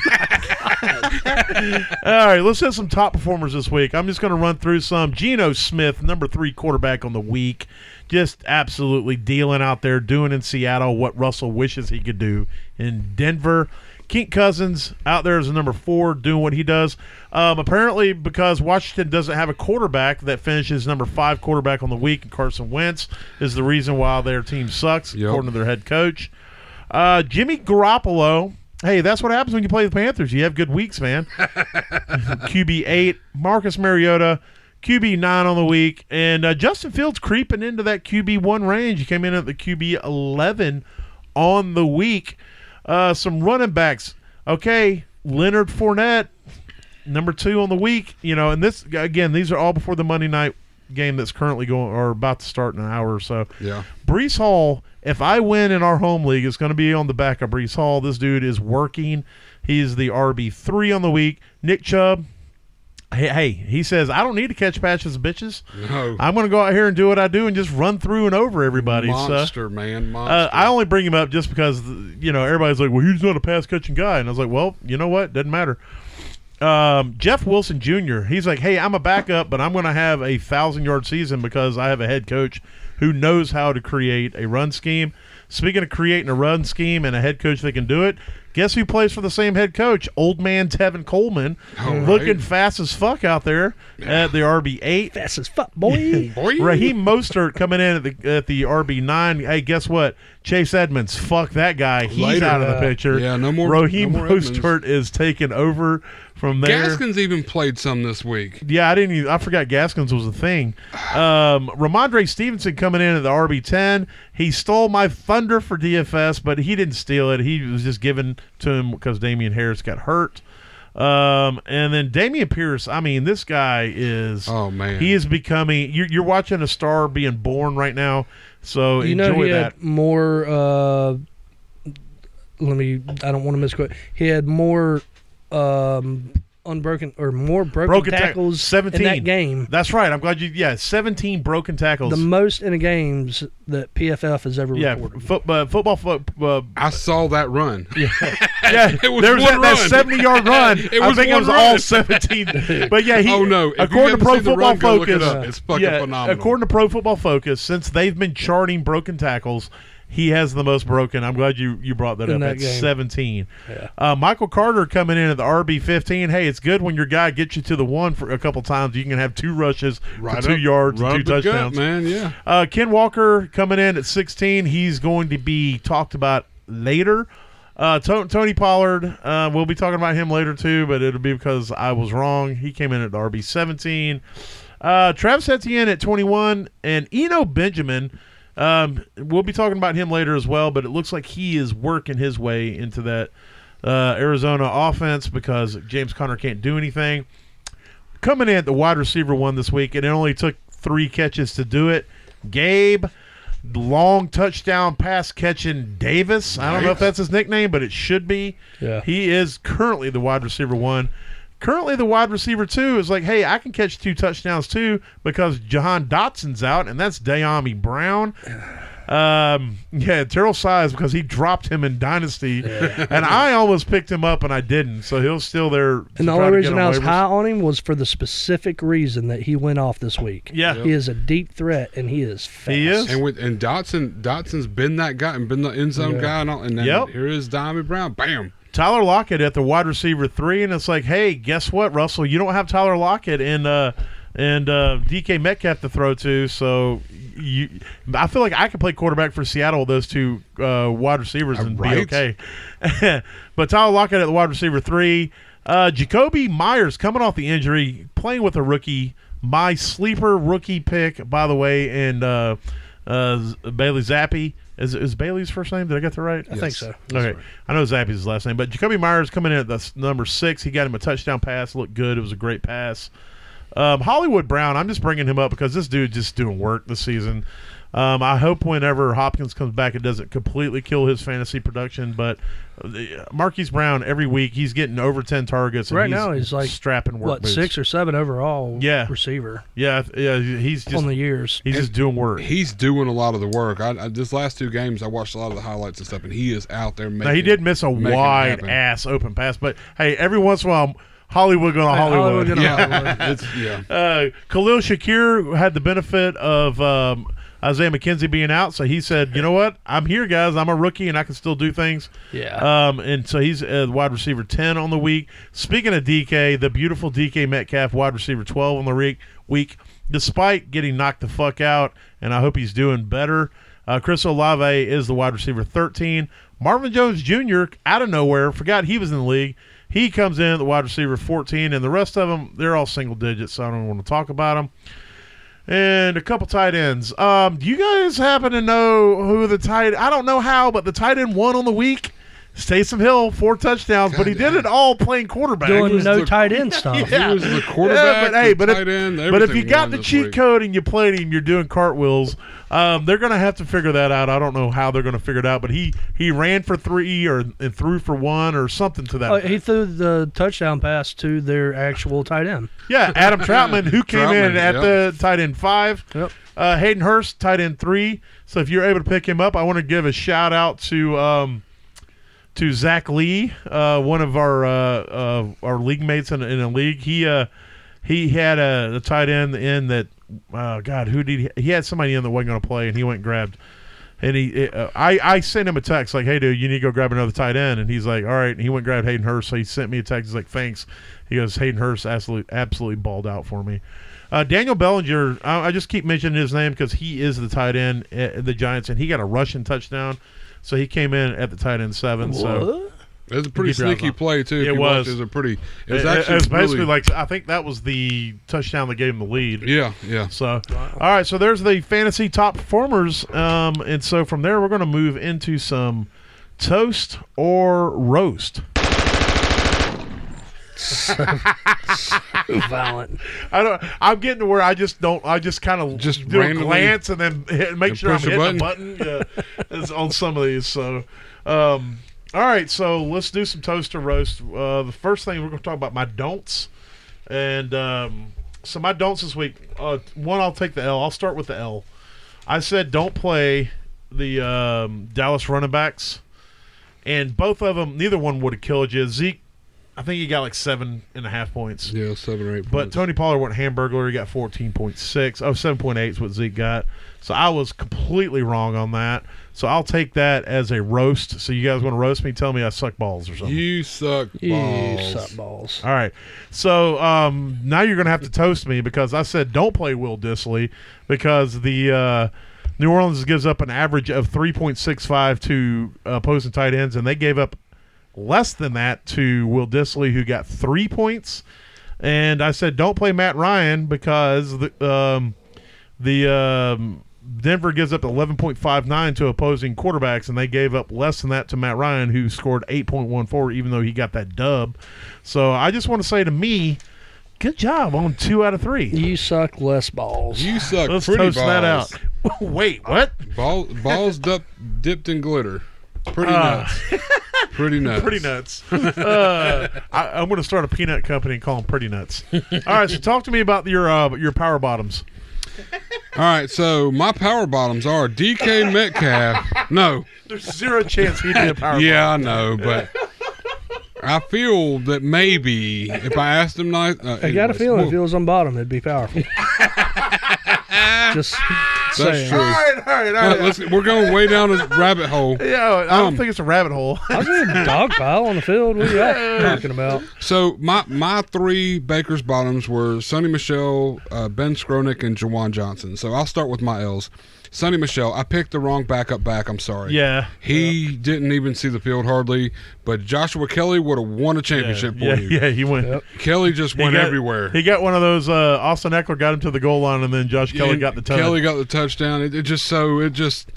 C: All right, let's hit some top performers this week. I'm just going to run through some. Geno Smith, number three quarterback on the week, just absolutely dealing out there, doing in Seattle what Russell wishes he could do in Denver. Kink Cousins out there as a number four, doing what he does. Um, apparently, because Washington doesn't have a quarterback that finishes number five quarterback on the week, and Carson Wentz is the reason why their team sucks,
B: Yep.
C: according to their head coach. Uh, Jimmy Garoppolo. Hey, that's what happens when you play the Panthers. You have good weeks, man. QB eight, Marcus Mariota, QB nine on the week, and uh, Justin Fields creeping into that QB one range. He came in at the QB eleven on the week. Uh, some running backs. Okay, Leonard Fournette, number two on the week. You know, and this again, these are all before the Monday night game that's currently going or about to start in an hour or so.
B: Yeah.
C: Brees Hall, if I win in our home league, it's going to be on the back of Brees Hall. This dude is working. He's the RB3 on the week. Nick Chubb, hey, hey, he says, I don't need to catch patches of bitches.
B: No.
C: I'm going to go out here and do what I do and just run through and over everybody. So,
B: monster, man.
C: uh,
B: Monster.
C: I only bring him up just because, you know, everybody's like, well, he's not a pass catching guy. And I was like, well, you know what? Doesn't matter. Um, Jeff Wilson Jr., he's like, hey, I'm a backup, but I'm going to have a thousand yard season because I have a head coach who knows how to create a run scheme. Speaking of creating a run scheme and a head coach that can do it, guess who plays for the same head coach? Old man Tevin Coleman,
B: All right.
C: looking fast as fuck out there at the RB8.
D: Fast as fuck, boy.
B: Boy.
C: Raheem Mostert coming in at the at the RB nine. Hey, guess what? Chase Edmonds, fuck that guy. He's
B: Later.
C: out of the
B: Yeah.
C: picture.
B: Yeah, no more-
C: Raheem
B: no more Edmonds.
C: Mostert is taking over from there.
B: Gaskins even played some this week.
C: Yeah, I didn't. Even, I forgot Gaskins was a thing. Um, Ramondre Stevenson coming in at the RB ten. He stole my thunder for DFS, but he didn't steal it. He was just given to him because Damian Harris got hurt. Um, and then Damian Pierce. I mean, this guy is.
B: Oh, man.
C: he is becoming. You're, you're watching a star being born right now. So
D: you know
C: enjoy
D: he
C: that.
D: had more. Uh, let me. I don't want to misquote. He had more um, unbroken or more broken,
C: Broken tack-
D: tackles
C: 17.
D: in that game.
C: That's right. I'm glad you. Yeah, 17 broken tackles.
D: The most in a games that PFF has ever
C: yeah,
D: recorded.
C: foot, uh, football. Fo- uh,
B: I saw that run.
C: Yeah,
B: It was
C: there was
B: one
C: that, that
B: run.
C: 70 yard run.
B: It
C: I
B: was
C: think it
B: one
C: was
B: run.
C: all 17. But yeah, he,
B: Oh, no. If you
C: according
B: haven't
C: to Pro
B: seen the
C: Football
B: run, go look
C: Focus,
B: it up. It's fucking
C: yeah,
B: phenomenal.
C: According to Pro Football Focus, since they've been charting broken tackles, he has the most broken. I'm glad you, you brought that
D: In
C: up.
D: that
C: That's
D: game.
C: 17. Uh, Michael Carter coming in at the RB 15. Hey, it's good when your guy gets you to the one for a couple times. You can have two rushes for
B: Right
C: two
B: up-
C: yards,
B: right
C: and
B: up
C: two
B: the gut,
C: touchdowns.
B: man. Yeah.
C: Uh, Ken Walker coming in at 16. He's going to be talked about later. Uh, To- Tony Pollard, uh, we'll be talking about him later too, but it'll be because I was wrong. He came in at RB 17. Uh, Travis Etienne at 21, and Eno Benjamin. Um, we'll be talking about him later as well, but it looks like he is working his way into that uh, Arizona offense because James Conner can't do anything coming in at the wide receiver one this week, and it only took three catches to do it. Gabe, long touchdown pass catching Davis. I don't know if that's his nickname, but it should be.
D: Yeah.
C: He is currently the wide receiver one. Currently, the wide receiver two is like, hey, I can catch two touchdowns too because Jahan Dotson's out, and that's Dayami Brown. Um, yeah, Terrell Size because he dropped him in Dynasty, and I almost picked him up and I didn't, so he'll still there. to
D: And the only
C: try to get
D: reason
C: on
D: I was
C: waivers.
D: high on him was for the specific reason that he went off this week.
C: Yeah.
D: He is a deep threat and he is fast.
C: He is.
B: And with and Dotson Dotson's been that guy and been the end zone guy and all and then
C: Yep.
B: here is Diamond Brown. Bam.
C: Tyler Lockett at the wide receiver three, and it's like, hey, guess what, Russell? You don't have Tyler Lockett and uh, and uh, DK Metcalf to throw to, so you, I feel like I could play quarterback for Seattle with those two uh, wide receivers and
B: Right.
C: be okay. but Tyler Lockett at the wide receiver three, uh, Jacoby Myers coming off the injury, playing with a rookie. My sleeper rookie pick, by the way, and uh, uh, Z- Bailey Zappi Is, is Bailey's first name? Did I get that right?
D: I think so.
C: Okay, I know Zappy's his last name, but Jacoby Myers coming in at the s- number six. He got him a touchdown pass. Looked good. It was a great pass. Um, Hollywood Brown. I'm just bringing him up because this dude just doing work this season. Um, I hope whenever Hopkins comes back, it doesn't completely kill his fantasy production. But the, Marquise Brown every week he's getting over ten targets. and
D: Right now, he's like,
C: strapping work.
D: What
C: boots.
D: six or seven overall?
C: Yeah.
D: receiver
C: Yeah, th- yeah. He's just
D: on the years.
C: he's just doing work.
B: He's doing a lot of the work. I, I, this last two games, I watched a lot of the highlights and stuff, and he is out there making.
C: Now he did miss a
B: making it
C: wide
B: happen.
C: ass open pass, but hey, every once in a while, Hollywood going to Hollywood.
D: Hollywood gonna
B: Yeah, it's, yeah.
C: Uh, Khalil Shakir had the benefit of um, Isaiah McKenzie being out, so he said, "You know what? I'm here, guys. I'm a rookie, and I can still do things."
D: Yeah.
C: Um, and so he's uh, wide receiver ten on the week. Speaking of DK, the beautiful DK Metcalf, wide receiver twelve on the week. Week, despite getting knocked the fuck out, and I hope he's doing better. Uh, Chris Olave is the wide receiver thirteen. Marvin Jones Jr. out of nowhere forgot he was in the league. He comes in at the wide receiver fourteen, and the rest of them they're all single digits, so I don't want to talk about them. And a couple tight ends. Um, do you guys happen to know who the tight? I don't know how, but the tight end won on the week. Taysom Hill, four touchdowns, but he
B: God damn.
C: did it all playing quarterback.
D: Doing no
B: the-
D: tight end stuff.
B: He was the
C: Yeah,
B: quarterback,
C: but hey,
B: the
C: but
B: tight
C: if,
B: end,
C: but if
B: everything
C: you
B: won
C: got the
B: this
C: cheat
B: week.
C: code and you played him, you're doing cartwheels. Um, they're gonna have to figure that out. I don't know how they're gonna figure it out, but he he ran for three or and threw for one or something to that.
D: Uh, he threw the touchdown pass to their actual tight end.
C: Yeah, Adam Troutman, who came in
B: Troutman,
C: at the tight end five.
D: Yep.
C: Uh, Hayden Hurst, tight end three. So if you're able to pick him up, I want to give a shout out to um, to Zach Lee, uh, one of our uh, uh, our league mates in, in a league. He uh, he had a, a tight end in that. Uh, God, who did he, he had somebody in that wasn't going to play, and he went and grabbed. And he, uh, I, I sent him a text like, "Hey, dude, you need to go grab another tight end." And he's like, "All right." And he went and grabbed Hayden Hurst. So he sent me a text. He's like, "Thanks." He goes, "Hayden Hurst absolutely, absolutely balled out for me." Uh, Daniel Bellinger, I, I just keep mentioning his name because he is the tight end at the Giants, and he got a rushing touchdown. So he came in at the tight end seven. So
B: It was a pretty
C: Keep your eyes
B: sneaky
C: on.
B: play too. if
C: It
B: you watch,
C: was.
B: It was a pretty. It
C: it
B: was
C: was,
B: actually
C: basically
B: really-
C: like I think that was the touchdown that gave him the lead.
B: Yeah, yeah.
C: So, all right. So there's the fantasy top performers, um, and so from there we're going to move into some toast or roast.
D: Violent.
C: I don't. I'm getting to where I just don't. I just kind of
B: Just
C: do a
B: randomly-
C: glance and then hit, make
B: And
C: sure I'm
B: push a
C: hitting button. the button yeah, it's on some of these. So, um, all right. So let's do some toast or roast. Uh, the first thing we're going to talk about my don'ts, and um, so my don'ts this week. Uh, one, I'll take the L. I'll start with the L. I said don't play the um, Dallas running backs, and both of them. Neither one would have killed you. Zeke, I think he got like seven and a half points.
B: Yeah, seven or eight.
C: But
B: Points.
C: Tony Pollard went hamburglar. He got 14.6. Oh, 7.8 is what Zeke got. So I was completely wrong on that. So I'll take that as a roast. So you guys want to roast me? Tell me I suck balls or something.
B: you suck balls.
D: You suck balls.
C: All right. So um, now you're going to have to toast me because I said don't play Will Disley because the uh, New Orleans gives up an average of 3.65 to uh, opposing tight ends, and they gave up less than that to Will Disley, who got three points. And I said don't play Matt Ryan because the. Um, the um, Denver gives up 11.59 to opposing quarterbacks, and they gave up less than that to Matt Ryan, who scored 8.14, even though he got that dub. So I just want to say to me, good job on two out of three.
D: You suck less balls.
B: You suck
C: Let's
B: pretty
C: toast
B: balls.
C: that out. Wait, what?
B: Ball, balls dup, dipped in glitter. Pretty
C: Uh.
B: nuts. Pretty nuts.
C: Pretty nuts. uh, I, I'm going to start a peanut company and call them Pretty Nuts. All right, so talk to me about your uh, your power bottoms.
B: All right, so my power bottoms are DK Metcalf. no,
C: There's zero chance he did a power bottom.
B: yeah, I know, but I feel that maybe if I asked him nice, uh,
D: I got a
B: anyways,
D: feeling if it
B: well,
D: was on bottom, it'd be powerful. Just
B: that's
D: saying.
B: true.
C: All right, all right, all
B: All
C: right.
B: right, let's, we're going way down a rabbit hole.
C: yeah, I don't
B: Um,
C: think it's a rabbit hole.
D: I was in a dog pile on the field. What are y'all talking about?
B: So my my three Baker's bottoms were Sonny Michelle, uh, Ben Skronik, and Jawan Johnson. So I'll start with my L's. Sonny Michelle, I picked the wrong backup back. I'm sorry.
C: Yeah.
B: He didn't even see the field hardly, but Joshua Kelly would have won a championship
C: yeah,
B: for you.
C: yeah, he went.
D: Yep.
B: Kelly just
C: He
B: went
C: got-
B: everywhere.
C: He got one of those. Uh, Austin Eckler got him to the goal line, and then Josh Kelly
B: And
C: got the touch.
B: Kelly got the touchdown. It, it just so it just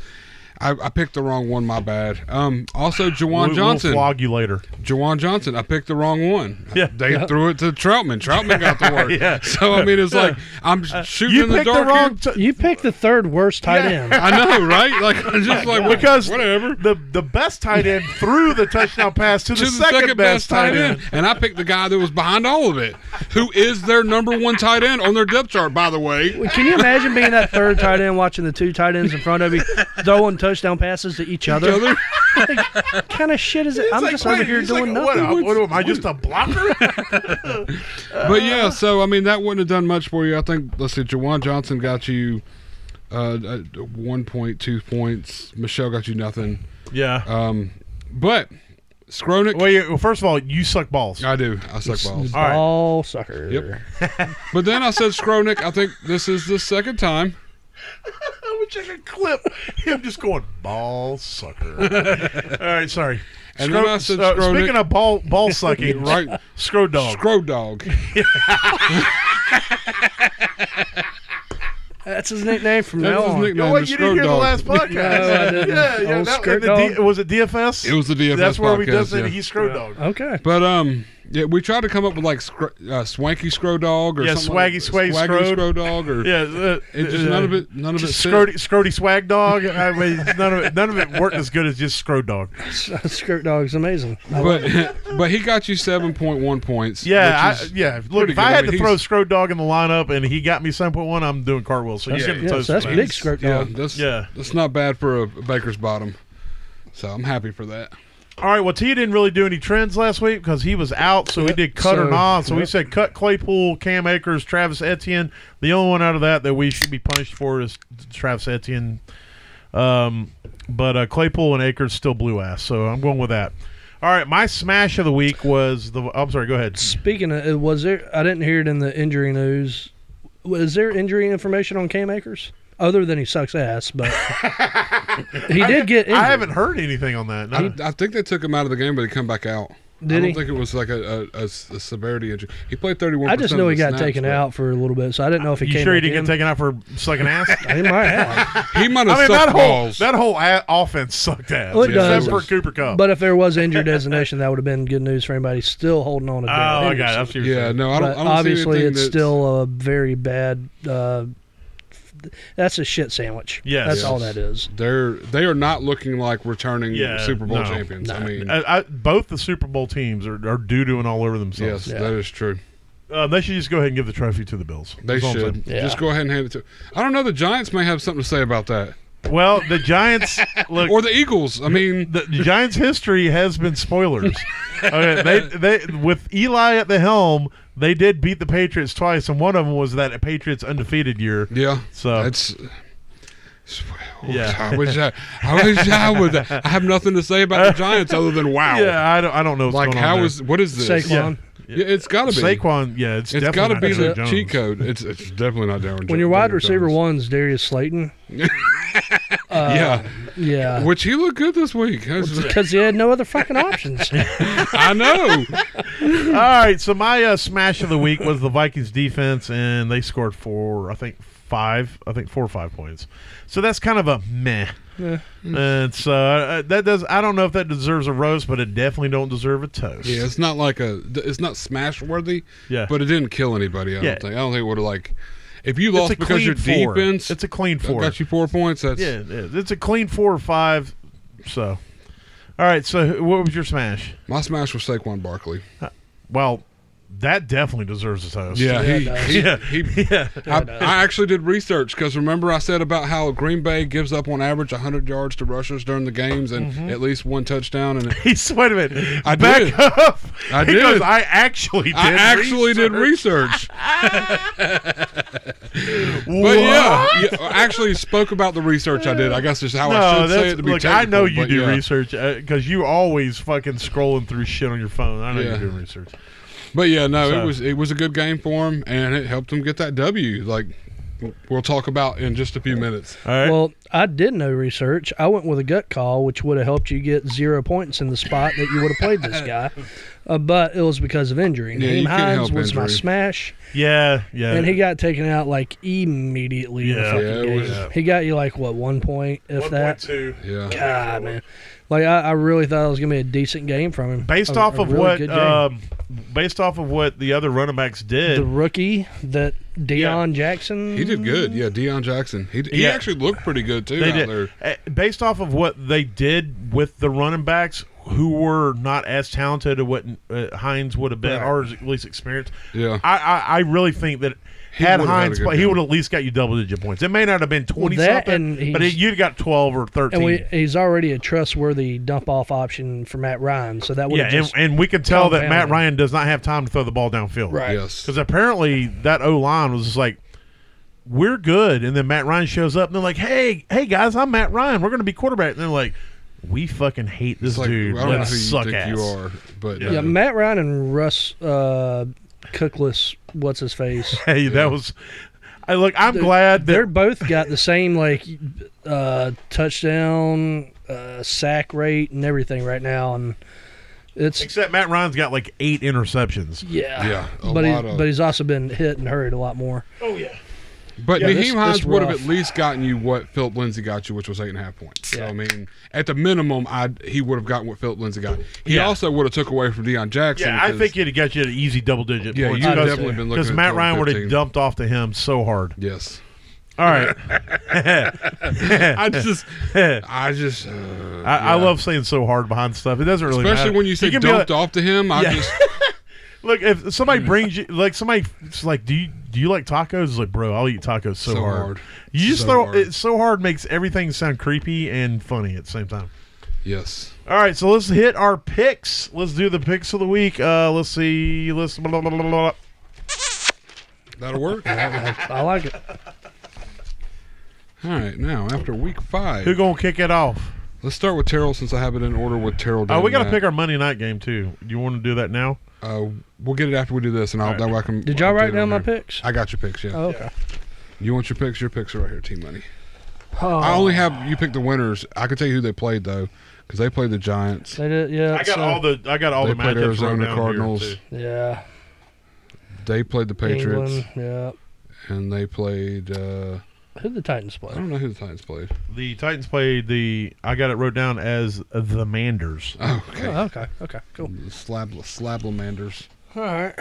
B: I, I picked the wrong one. My bad. Um, also, Jawan
C: We'll-
B: Johnson.
C: We'll flog you later.
B: Jawan Johnson. I picked the wrong one.
C: Yeah.
B: They threw it to Troutman. Troutman got the work.
C: Yeah. Uh,
B: So I mean, it's like I'm sh- shooting
C: You
B: in the
C: picked the
B: dark.
C: wrong.
B: here.
C: T-
D: You picked the third worst tight end.
B: I know, right? Like I'm just like what-
C: because
B: whatever.
C: the the best tight end threw the touchdown pass to,
B: To the second, best tight end, and I picked the guy that was behind all of it, who is their number one tight end on their depth chart, by the way.
D: Can you imagine being that third tight end, watching the two tight ends in front of you throwing touchdown passes to each other?
B: Other-
D: What kind of shit is it? I'm
C: It's
D: just
C: like,
D: over
C: wait,
D: here
C: he's
D: doing
C: like,
D: nothing.
C: What, what am I just a blocker?
B: but yeah, so I mean, that wouldn't have done much for you. I think let's see, Jawan Johnson got you uh, uh, one point, two points. Michelle got you nothing.
C: yeah.
B: Um, but Skronik,
C: well, you, well, first of all, you suck balls.
B: I do. I suck balls.
C: All right.
D: Ball sucker.
B: Yep. But then I said Skronik. I think this is the second time.
C: I would check a clip. Him just going ball sucker. all right, sorry. uh,
B: And then I said Skronik.
C: speaking of ball ball sucking,
B: Right,
C: Scro dog.
B: Scro Dog.
D: That's his nickname from
B: That's
D: now
B: his
D: on.
B: nickname.
C: oh,
B: No,
C: wait, you didn't
B: Scro
C: hear the
B: dog.
C: last podcast.
D: No, I didn't.
C: Yeah, yeah.
D: Old
C: that-
D: Scro
C: and the D-
D: dog.
C: was it DFS?
B: It was the DFS.
C: That's where we
B: podcast,
C: does it.
B: yeah.
C: He's Scro dog.
D: Okay.
B: But um, yeah, we tried to come up with like scr- uh, swanky scro dog or
C: Yeah,
B: something like-
C: swaggy sway
B: swaggy
C: scrode.
B: scro dog or
C: Yeah, uh,
B: it just
C: uh,
B: none of it none of it
C: just
B: fit.
C: Scrody, Scrody Swag Dog. I mean, none of it, none of it worked as good as just Scro Dog.
D: Skirt dog's amazing.
B: But but he got you seven point one points.
C: Yeah,
B: which
C: I,
B: is-
C: yeah. Look,
B: pretty
C: if
B: good.
C: I
B: I
C: had to
B: mean, he's-
C: throw Scro Dog in the lineup and he got me seven point one, I'm doing cartwheels. So he's
B: Yeah,
C: gonna
B: yeah,
D: Yes,
C: toast
D: that's
C: me.
D: big skirt
B: yeah,
D: dog.
B: uh, that's
C: Yeah.
B: that's not bad for a baker's bottom. So I'm happy for that.
C: All right. Well, T didn't really do any trends last week because he was out, so we did cut or
D: so-
C: not. So we
D: yep.
C: said cut Claypool, Cam Akers, Travis Etienne. The only one out of that that we should be punished for is Travis Etienne. Um, but uh, Claypool and Akers still blew ass, so I'm going with that. All right, my smash of the week was the. I'm sorry. Go ahead.
D: Speaking of, uh, was there? I didn't hear it in the injury news. Was there injury information on Cam Akers other than he sucks ass? But he did get. Injured.
C: I haven't heard anything on that.
B: I, I think they took him out of the game, but he come back out. I
D: Did
B: don't
D: he?
B: think it was like a, a, a s- a severity injury. He played 31.
D: I just know he got
B: snaps,
D: taken
B: but
D: out for a little bit, so I didn't know if he
C: you
D: came.
C: sure he
D: back
C: didn't get
D: in.
C: taken out for sucking ass?
D: He might have.
B: He might have
C: I mean
B: sucked
C: that whole
B: balls.
C: that whole a- offense sucked ass.
D: Well, it
C: except
D: does.
C: for Cooper Cup.
D: But if there was injury designation, that would have been good news for anybody still holding on to
C: oh,
D: Darrell
C: I
D: Henderson.
C: got. it. I see what you're
B: yeah,
C: saying.
B: no, I don't.
D: but
B: I don't
D: obviously,
B: see anything
D: it's
B: that's-
D: still a very bad. Uh, f- that's a shit sandwich.
C: Yes.
D: that's
C: Yes.
D: all that is.
B: They're they are not looking like returning
C: Yeah,
B: Super Bowl
C: no.
B: champions. I
D: No.
B: mean,
C: Uh, I, I, both the Super Bowl teams are, are doo dooing all over themselves.
B: yes,
D: Yeah.
B: that is true.
C: Uh, they should just go ahead and give the trophy to the Bills.
B: They
C: That's all I'm
B: should
C: saying.
D: Yeah.
B: just go ahead and hand it to. I don't know. The Giants may have something to say about that,
C: Well, the Giants look.
B: or the Eagles. I mean,
C: the, the Giants' history has been spoilers. okay, they they with Eli at the helm, they did beat the Patriots twice, and one of them was that Patriots undefeated year.
B: yeah,
C: So
B: that's.
C: Yeah.
B: I wish I, I wish I would. I have nothing to say about the Giants other than wow.
C: yeah, I don't I don't know what's
B: like
C: going on
B: how
C: there.
B: is what is this?
D: Saquon.
C: Yeah.
B: Yeah, it's got to be.
C: Saquon? Yeah, it's,
B: It's got
C: definitely
B: to be
C: not Daniel
B: the
C: Jones.
B: cheat code. It's it's definitely not Darren. Jo-
D: When your wide
B: Daniel
D: receiver
B: Jones.
D: one's Darius Slayton,
B: yeah,
D: yeah,
B: which he looked good this week.
D: because he had no other fucking options.
B: I know.
C: All right, so my uh, smash of the week was the Vikings defense, and they scored four, I think five, I think four or five points. So that's kind of a meh.
D: Yeah.
C: And so uh, that does. I don't know if that deserves a roast, but it definitely don't deserve a toast.
B: Yeah, it's not like a. It's not smash worthy.
C: Yeah.
B: But it didn't kill anybody. I
C: Yeah.
B: don't think. I don't think it would have like. If you
C: it's
B: lost
C: a
B: because
C: clean
B: your
C: four.
B: defense
C: It's a clean
B: that
C: four.
B: got you four points, that's
C: Yeah, it is. it's a clean four or five. So, all right. So who- what was your smash?
B: my smash was Saquon Barkley.
C: Well, that definitely deserves a toast.
D: Yeah,
B: Yeah, he,
D: it
B: he,
C: does.
B: he,
C: Yeah.
B: I, I actually did research because remember I said about how Green Bay gives up on average 100 yards to rushers during the games and
C: Mm-hmm.
B: at least one touchdown. And
C: He's wait a minute.
B: I
C: back
B: did.
C: up.
B: I
C: He goes,
B: did.
C: I actually did.
B: I actually did
C: research."
B: research.
C: What?
B: But yeah, yeah, I actually spoke about the research I did. I guess is how I
C: No,
B: should say
C: that's,
B: it to be
C: look, I know
B: technical,
C: you
B: but
C: do
B: yeah.
C: research because you always fucking scrolling through shit on your phone. I know
B: Yeah.
C: you're doing research.
B: But yeah, no,
C: So-
B: it was it was a good game for him, and it helped him get that W. Like we'll talk about in just a few minutes.
C: All right.
D: Well, I did no research. I went with a gut call, which would have helped you get zero points in the spot that you would have played this guy. Uh, but it was because of injury.
B: Yeah,
D: Naeem
B: you can't
D: Hines
B: help
D: was my
B: injury.
D: smash,
C: yeah, yeah.
D: and he got taken out like immediately. in the
C: Yeah.
D: fucking
B: Yeah, it
D: game.
B: was-
D: He got you like what one point, if that.
B: Yeah.
D: God, Ah, man. Like I, I really thought it was gonna be a decent game from him.
C: Based
D: A-
C: off
D: a
C: of
D: really
C: what,
D: good game.
C: um, based off of what the other running backs did,
D: the rookie that Deion Jackson
B: He did good. Yeah, Deion Jackson. He, he
C: Yeah.
B: actually looked pretty good too
C: they
B: out
C: did
B: there.
C: Uh, based off of what they did with the running backs who were not as talented as what uh, Hines would have been,
D: Right.
C: or at least experienced.
B: Yeah.
C: I, I, I really think that.
B: He
C: had
B: would've had a
C: Hines
B: good
C: play, he
B: game.
C: would at least got you double digit points. It may not have been twenty
D: that and
C: something, but
D: he's-
C: it, you'd got twelve or
D: and
C: thirteen.
D: we, he's already a trustworthy dump off option for Matt Ryan, so that would
C: yeah,
D: have
C: and,
D: just
C: and we can tell that Matt
D: compounded.
C: Ryan does not have time to throw the ball downfield.
D: Right.
B: Yes.
C: Because apparently that O line was just like, we're good. And then Matt Ryan shows up and they're like, hey, hey guys, I'm Matt Ryan. We're going to be quarterback. And they're like, we fucking hate this
B: It's like,
C: dude.
B: I don't know
C: Let's
B: who you
C: suck
B: think
C: ass.
B: you are, but uh,
D: yeah, Matt Ryan and Russ uh, Cookless, what's his face?
C: Hey, that was. I look. I'm glad
D: They're
C: that.
D: both got the same like uh, touchdown uh, sack rate and everything right now, and it's
C: Except Matt Ryan's got like eight interceptions.
D: yeah,
B: Yeah, a
D: but he,
B: lot of-
D: but he's also been hit and hurried a lot more.
C: Oh yeah.
B: But
D: Yeah,
B: Naheem
D: this- this
B: Hines would have
D: rough.
B: at least gotten you what Philip Lindsay got you, which was eight and a half points. So,
D: Yeah.
B: I mean, at the minimum, I he would have gotten what Philip Lindsay got. He
C: Yeah.
B: also would have took away from Deion Jackson.
C: Yeah, I
B: because-
C: think it'd got you an easy double digit.
B: Yeah,
C: points
B: you'd
C: because-
B: definitely been looking
C: because
B: at
C: Matt
B: 12,
C: Ryan would have
B: 15.
C: dumped off to him so hard.
B: Yes,
C: All right.
B: I just,
C: I,
B: I just, uh,
C: I love saying so hard behind stuff. It doesn't really
B: especially
C: matter.
B: when you say
C: can be like-
B: dumped off to him. I
C: Yeah.
B: just,
C: Look, if somebody brings you, like somebody, it's like, do you do you like tacos? It's like, bro, I'll eat tacos so,
B: So
C: hard.
B: hard.
C: You just
B: So
C: throw
B: hard.
C: it so hard makes everything sound creepy and funny at the same time.
B: yes,
C: All right, so let's hit our picks. Let's do the picks of the week. Uh, let's see. Let's. Blah, blah, blah, blah, blah.
B: that'll work. All
D: I like it.
B: right, now after week five,
C: Who gonna kick it off?
B: let's start with Terrell since I have it in order with Terrell.
C: Oh,
B: doing
C: we gotta
B: that.
C: pick our Monday night game too. You want to do that now?
B: Uh, we'll get it after we do this, and I'll,
C: All right.
B: that way I can.
D: Did y'all
B: update
D: write
B: it
D: down
B: on
D: my
B: there.
D: picks?
B: I got your picks. Yeah,
D: Oh, okay.
B: you want your picks? Your picks are right here. Team money.
D: Oh,
B: I only have you picked the winners. I can tell you who they played though, because they played the Giants.
D: they did, yeah.
C: I got
D: so-
C: all the. I got all
B: uh, they
C: the matchups
B: played
C: wrote
B: Arizona
C: down
B: Cardinals.
C: Here, too.
D: yeah.
B: They played the Patriots,
D: England, yeah.
B: and they played. Uh,
D: Who did the Titans
B: I
D: play?
B: don't know who the Titans played.
C: The Titans played the. I got it wrote down as the Manders.
B: Oh, okay.
D: Oh, okay. Okay. Cool.
B: The Slab Slablamanders.
D: All right.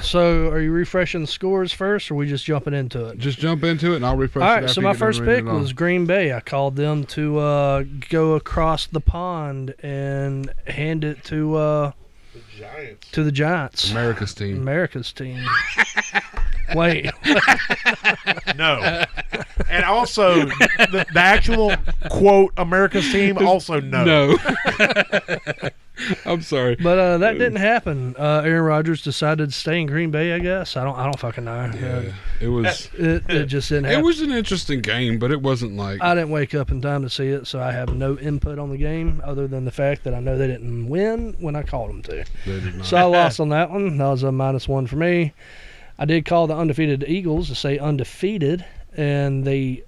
D: So, are you refreshing the scores first, or we just jumping into it?
B: Just jump into it, and I'll refresh.
D: All
B: it
D: right.
B: after
D: So
B: you
D: my
B: get done
D: first
B: reading
D: pick
B: it all.
D: was Green Bay. I called them to uh, go across the pond and hand it to uh,
C: Giants.
D: to the Giants,
B: America's team.
D: America's team. Wait.
C: No. and also, the, the actual quote America's team also no.
B: No. I'm sorry.
D: But uh, that didn't happen. Uh, Aaron Rodgers decided to stay in Green Bay. I guess I don't. I don't fucking know. Uh,
B: Yeah, it was.
D: It, it just didn't happen.
B: It was an interesting game, but it wasn't like.
D: I didn't wake up in time to see it, so I have no input on the game other than the fact that I know they didn't win when I called them to.
B: they did not.
D: So I lost on that one. That was a minus one for me. I did call the undefeated Eagles to say undefeated, and they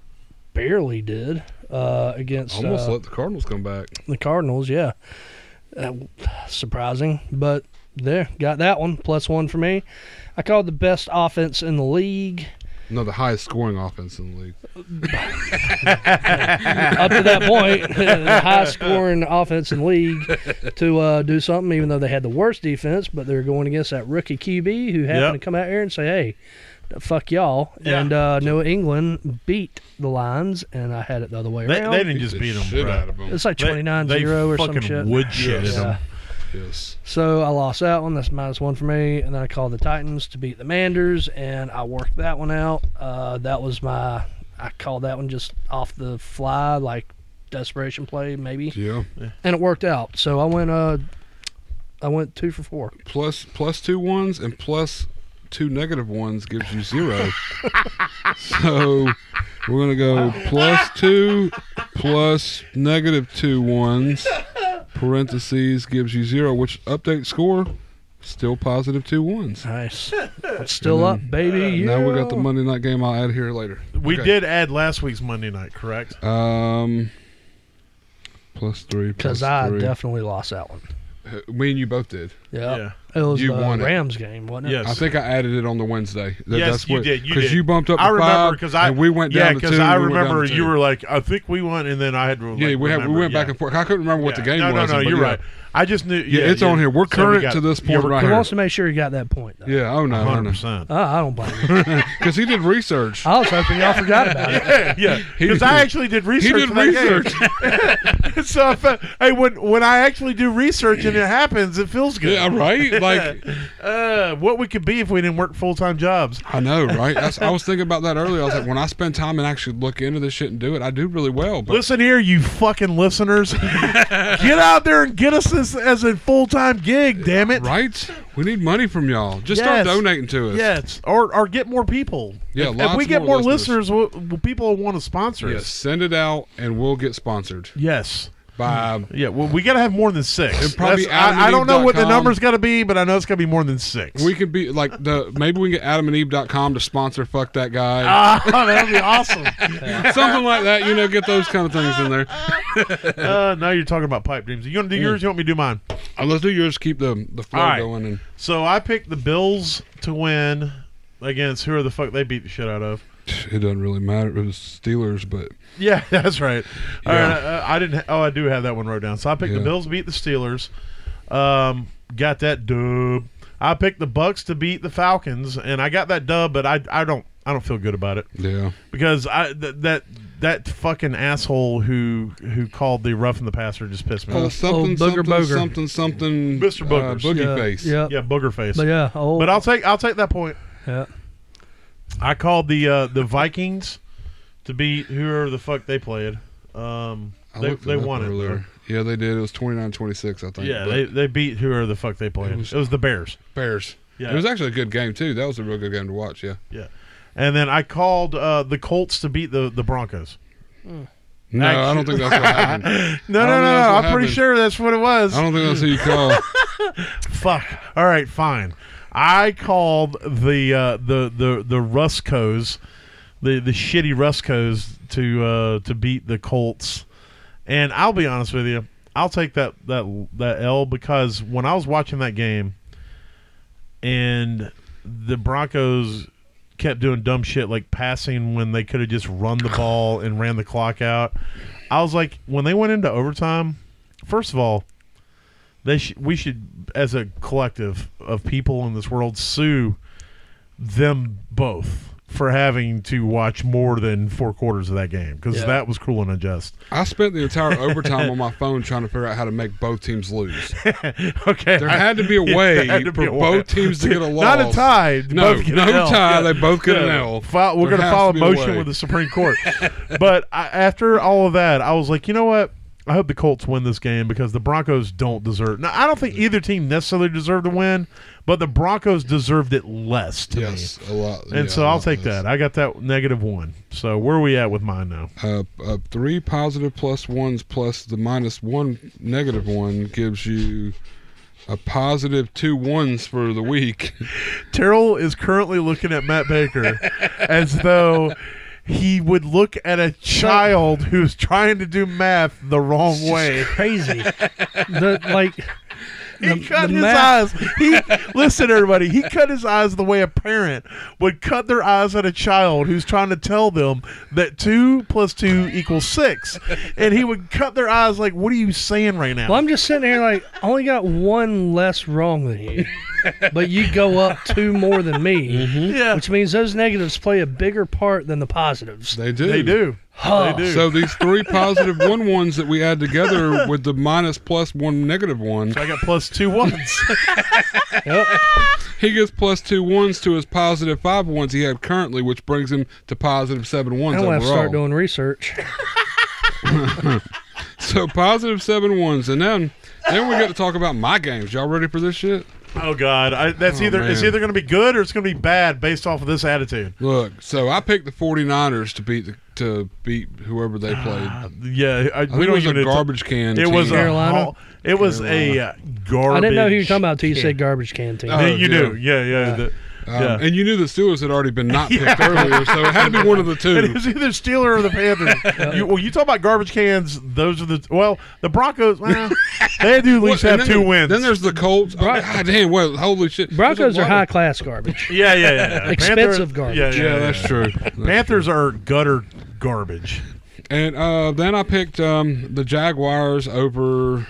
D: barely did uh, against
B: Almost
D: uh,
B: let the Cardinals come back.
D: the Cardinals. Yeah, uh, surprising, but there got that one plus one for me. I called the best offense in the league.
B: No, the highest scoring offense in the league.
D: up to that point, the high scoring offense in the league to uh, do something, even though they had the worst defense, but they're going against that rookie QB who happened
C: Yep.
D: to come out here and say, hey, fuck y'all.
C: Yeah.
D: And uh, New England beat the Lions, and I had it the other way
C: They,
D: around.
C: they didn't
B: Beat
C: just
B: the
C: beat them.
B: shit out of 'em.
D: it's like 29 0 or some
C: fucking
D: shit.
C: wood shit
B: Yes.
D: Yeah.
B: Yes.
D: So I lost that one. That's minus one for me. And then I called the Titans to beat the Manders, and I worked that one out. Uh, that was my. I called that one just off the fly, like desperation play, maybe,
B: Yeah.
D: and it worked out. So I went. Uh, I went two for four.
B: plus plus two ones and plus two negative ones gives you zero. so we're gonna go plus two plus negative two ones parentheses gives you zero, which update score still positive two ones.
D: Nice. It's still up, baby.
B: uh, Now we got
D: Yeah.
B: the Monday night game. I'll add here later.
C: them. We
B: Okay.
C: did add last week's Monday night, correct?
B: Um, plus three.
D: Because
B: plus
D: I
B: three.
D: definitely lost that one.
B: Me and you both did.
D: Yeah.
C: Yeah.
D: It was
B: You
D: the
B: won it.
D: Rams game, wasn't it?
C: Yes.
B: I think I added it on the Wednesday. That-
C: yes,
B: that's
C: you
B: what,
C: did. You did.
B: Because you bumped up.
C: I
B: to
C: remember
B: five,
C: I
B: and we went
C: yeah,
B: down to two.
C: because I
B: and we went down
C: remember
B: to
C: you
B: two.
C: were like, I think we won, and then I had to. Like,
B: Yeah, we had, we
C: remember,
B: went back
C: yeah.
B: and forth. I couldn't remember what the
C: Yeah.
B: game
C: no,
B: was.
C: No, no,
B: but
C: you're
B: yeah.
C: right. I just knew.
B: Yeah, it's on here. We're
C: So we
B: current
C: got-
B: to this
C: yeah,
B: point
C: we're
B: right
D: He
B: here.
D: wants to make sure he got that point, though.
B: Yeah. Oh no. I
C: Hundred
B: know.
C: percent.
D: Uh, I don't blame him.
B: Because he did research.
D: I was hoping y'all forgot about it.
C: Yeah,
B: He
C: because
B: did-
C: I actually did research.
B: He did
C: for that game.
B: research.
C: so I felt, hey, when when I actually do research and it happens, it feels good.
B: yeah. Right. Like
C: uh, what we could be if we didn't work full time jobs.
B: I know. Right. That's, I was thinking about that earlier. I was like, when I spend time and actually look into this shit and do it, I do really well. But
C: Listen here, you fucking listeners, get out there and get us this as a full time gig. Damn it!
B: right, we need money from y'all. Just
C: Yes.
B: start donating to us.
C: Yes, or or get more people.
B: Yeah,
C: if, if
B: lots
C: we get more
B: more
C: listeners,
B: listeners.
C: we'll, we'll- people will want to sponsor
B: Yeah,
C: us.
B: send it out, and we'll get sponsored
C: Yes.
B: by
C: Yeah, well, we got to have more than six.
B: And probably
C: That's- I, I don't know what the
B: adamandeve.com.
C: number's got to be, but I know it's got to be more than six.
B: We could be like the maybe we can get adamandeve.com to sponsor fuck that guy.
C: Ah, that'd be awesome.
B: Something like that, you know, get those kind of things in there.
C: uh, now you're talking about pipe dreams. You want to do yours? You want me to do mine?
B: Uh, let's do yours keep the the flow
C: All right.
B: going and
C: So I picked the Bills to win against whoever the fuck they beat the shit out of.
B: it doesn't really matter. It was Steelers, but
C: Yeah, that's right. All
B: Yeah.
C: right, uh, I didn't. Ha- oh, I do have that one wrote down. So I picked the
B: Yeah.
C: Bills to beat the Steelers. Um, got that dub. I picked the Bucks to beat the Falcons, and I got that dub. But I, I don't, I don't feel good about it
B: yeah.
C: because I th- that that fucking asshole who who called the rough in the passer just pissed me
B: Uh,
C: off.
B: something
D: old booger
B: something
D: boger.
B: something something
C: Mr.
B: uh,
C: Boogers.
B: boogie
D: yeah,
B: face.
D: Yeah.
C: Yeah, booger face.
D: But yeah. Oh,
C: But I'll take I'll take that point.
D: yeah.
C: I called the uh, the Vikings to beat whoever the fuck they played. Um,
B: I
C: they
B: looked it
C: they
B: up
C: won it. though.
B: earlier. Yeah, they did. It was 29-26, I think.
C: Yeah,
B: but
C: they, they beat whoever the fuck they played. It
B: It
C: was,
B: was-
C: the Bears.
B: Bears.
C: Yeah.
B: It was actually a good game too. That was a real good game to watch, yeah.
C: Yeah. And then I called uh, the Colts to beat the, the Broncos.
B: No, I don't think that's what happened. I
C: No,
B: I
C: no,
B: don't
C: no,
B: think that's
C: no. I'm
B: what
C: pretty
B: happened.
C: sure that's what it was.
B: don't think that's who you call.
C: Fuck. All right, fine. I called the uh, the the the Ruscos, the the shitty Ruscos to uh, to beat the Colts. And I'll be honest with you, I'll take that that that L because when I was watching that game, and the Broncos kept doing dumb shit like passing when they could have just run the ball and ran the clock out. I was like, when they went into overtime, first of all, they sh- we should as a collective of people in this world sue them both for having to watch more than four quarters of that game because
D: Yeah.
C: that was cruel and unjust.
B: I spent the entire overtime on my phone trying to figure out how to make both teams lose.
C: okay,
B: There had to be a
C: Yeah,
B: way
C: had to be
B: for
C: a way.
B: both teams to get a loss.
C: Not a tie.
B: No,
C: both get
B: no
C: an L.
B: tie. They both get an
C: Yeah.
B: L.
C: File- we're
B: There
C: going to
B: has
C: file a
B: to be a
C: motion
B: way.
C: with the Supreme Court. but I, after all of that, I was like, you know what? I hope the Colts win this game because the Broncos don't deserve. Now, I don't think either team necessarily deserved to win, but the Broncos deserved it less to
B: Yes, a lot.
C: me. And
B: yeah,
C: so
B: a
C: I'll
B: lot
C: take
B: less.
C: that. I got that negative one. So where are we at with mine now?
B: Uh, uh, three positive plus ones plus the minus one negative one gives you a positive two ones for the week.
C: Terrell is currently looking at Matt Baker as though he would look at a child who's trying to do math the wrong way.
D: Crazy. the, like,
C: He
D: The-
C: cut
D: the
C: his
D: math-
C: eyes. He listen, everybody. He cut his eyes the way a parent would cut their eyes at a child who's trying to tell them that two plus two equals six, and he would cut their eyes like, "What are you saying right now?"
D: well, I'm just sitting here like, I only got one less wrong than you, but you go up two more than me,
B: Mm-hmm.
C: yeah,
D: which means those negatives play a bigger part than the positives.
B: They do.
C: they do.
D: Huh.
C: They do.
B: So these three positive one ones that we add together with the minus plus one negative one,
C: I got plus two ones.
D: Yep.
B: he gets plus two ones to his positive five ones he had currently, which brings him to positive seven ones
D: I'm gonna have to
B: overall.
D: start doing research.
B: So positive seven ones, and then then we got to talk about my games. Y'all ready for this shit?
C: oh God, I, that's either it's
B: man.
C: either going to be good or it's going to be bad based off of this attitude.
B: Look, so I picked the 49ers to beat the, to beat whoever they played. I
C: Yeah, I,
B: think
C: we
B: it
C: Ah, don't
B: was a
C: even.
B: garbage can.
C: it
B: team. Um,
C: was
D: Carolina?
C: a. hol- It was a uh, garbage.
D: I didn't know who you were talking about until you
C: can.
D: said garbage canteen.
B: Oh,
C: Yeah, you
B: yeah.
C: do. Yeah, yeah. the-
B: Um,
C: Yeah.
B: And you knew the Steelers had already been not picked earlier, so it had to be one of the
C: It
B: two.
C: was either Steeler or the Panthers. you, well, you talk about garbage cans. Those are the well, the Broncos. Well, they do at least
B: And
C: have
B: then
C: two
B: there-
C: wins.
B: Then there's the Colts. Oh, God damn, well, holy shit. There's
D: Broncos
B: a
D: are
B: lot
D: high
B: of-
D: class garbage.
C: yeah, yeah, yeah, yeah.
D: Expensive garbage.
C: Yeah, yeah,
B: Yeah,
C: yeah.
B: that's true.
C: Panthers are gutter garbage.
B: And uh, then I picked um, the Jaguars over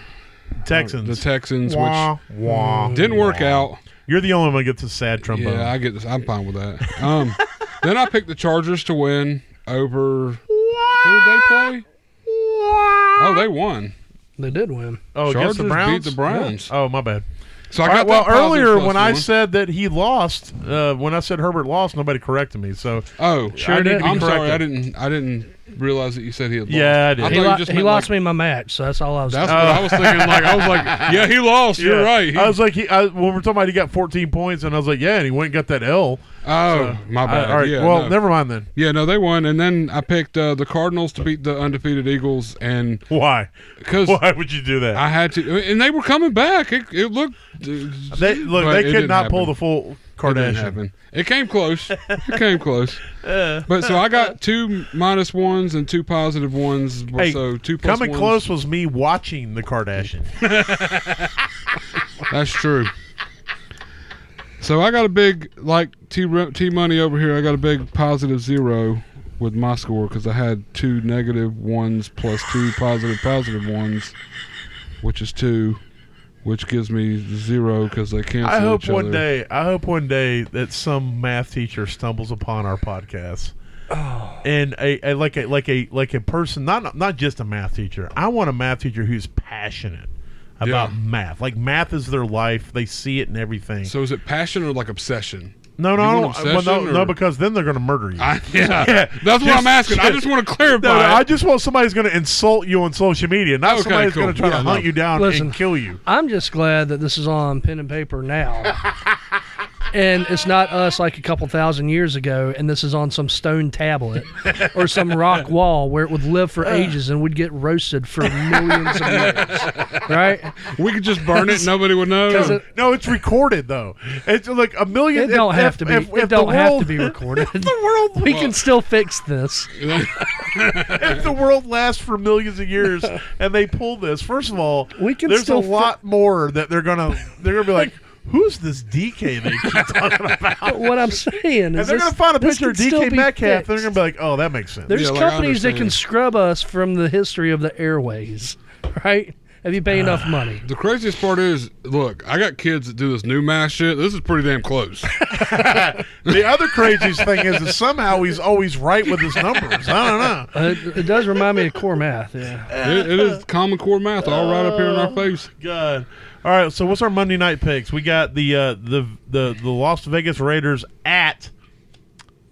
C: Texans.
B: the Texans,
C: Wah, wah,
B: which didn't work out.
C: You're the only one that gets a sad trombone.
B: Yeah, I get this. I'm fine with that. Um, then I picked the Chargers to win over. Who did they play? Oh, they won.
D: They did win.
C: oh,
B: Chargers
C: against the Browns.
B: beat the Browns.
C: Oh, my bad.
B: So I
C: All right,
B: got
C: well,
B: that positive
C: earlier
B: plus
C: when I
B: one.
C: said that he lost, uh, when I said Herbert lost, nobody corrected me. So
B: oh,
C: Sure
B: I
C: did.
B: didn't- I'm sorry, I
C: Corrected.
B: didn't. I didn't realize that you said he had lost.
C: Yeah, I did.
B: I
C: He
D: He,
C: Oh.
B: thought you
D: lo-
B: just
D: he
B: meant,
D: lost
B: like,
D: me my match, so that's all I was.
B: That's what I was thinking. Like I was like, yeah, he lost. You're
C: Yeah.
B: right. He-
C: I was like, he, I, when we're talking about he got 14 points, and I was like, yeah, and he went and got that L.
B: oh, my
C: I-
B: bad.
C: all right,
B: yeah,
C: well,
B: no.
C: never mind then.
B: Yeah, no, they won, and then I picked uh, the Cardinals to beat the undefeated Eagles, and
C: Why?
B: because
C: Why would you do that?
B: I had to, and they were coming back. It, it looked
C: they, look,
B: but
C: they
B: it
C: could
B: didn't
C: not pull
B: happen.
C: the full
B: It
C: Kardashian.
B: didn't happen. It came close. It came close. But so I got two minus ones and two positive ones.
C: Hey,
B: so two plus
C: Coming
B: ones.
C: close was me watching the Kardashian.
B: That's true. So I got a big like T Re- T money over here. I got a big positive zero with my score because I had two negative ones plus two positive positive ones, which is two, which gives me zero because they cancel
C: I hope
B: each
C: one
B: other.
C: day. I hope one day that some math teacher stumbles upon our podcast,
D: Oh.
C: and a, a like a like a like a person not not just a math teacher. I want a math teacher who's passionate about
B: Yeah.
C: math. Like math is their life. They see it in everything.
B: So is it passion or like obsession?
C: no, no,
B: you
C: I don't-
B: want
C: well, no,
B: obsession
C: no,
B: or-
C: because then they're going to murder you.
B: I, yeah.
C: Yeah.
B: that's what
C: Just-
B: I'm asking. I just want to clarify.
C: no, no, I
B: it.
C: just want somebody's going to insult you on social media, not
B: Okay,
C: somebody's
B: cool.
C: going to try
B: Yeah,
C: to
B: no.
C: hunt you down
D: Listen.
C: and kill you.
D: I'm just glad that this is on pen and paper now. And it's not us like a couple thousand years ago, and this is on some stone tablet or some rock wall where it would live
C: Uh.
D: for ages and would get roasted for millions of years, right?
B: we could just burn it. and Nobody would know.
D: Because it,
C: No, it's recorded though. It's like a million.
D: it don't
C: if-
D: have
C: if-
D: to be.
C: if- if the
D: it don't have to
C: world-
D: be recorded.
C: The world
D: We can still fix this.
C: if the world lasts for millions of years and they pull this, first of all,
D: We can
C: there's
D: still
C: a
D: fi-
C: lot more that they're gonna they're gonna be like, who's this DK they keep talking about?
D: But what I'm saying
C: And
D: is,
C: they're
D: this-
C: gonna find a
D: this
C: picture of
D: can still
C: DK
D: be
C: Metcalf. They're
D: fixed.
C: gonna be like, oh, that makes sense.
D: There's
B: Yeah, like, I
D: companies that can
B: understand.
D: scrub us from the history of the airways, right? If you pay enough money.
B: The craziest part is, look, I got kids that do this new math shit. This is pretty damn close.
C: the other craziest thing is that somehow he's always right with his numbers. I don't know.
D: Uh, it, it does remind me of core math. Yeah.
B: it, it is Common Core math all right up here in our face.
C: God. All right, so what's our Monday night picks? We got the uh, the the the Las Vegas Raiders at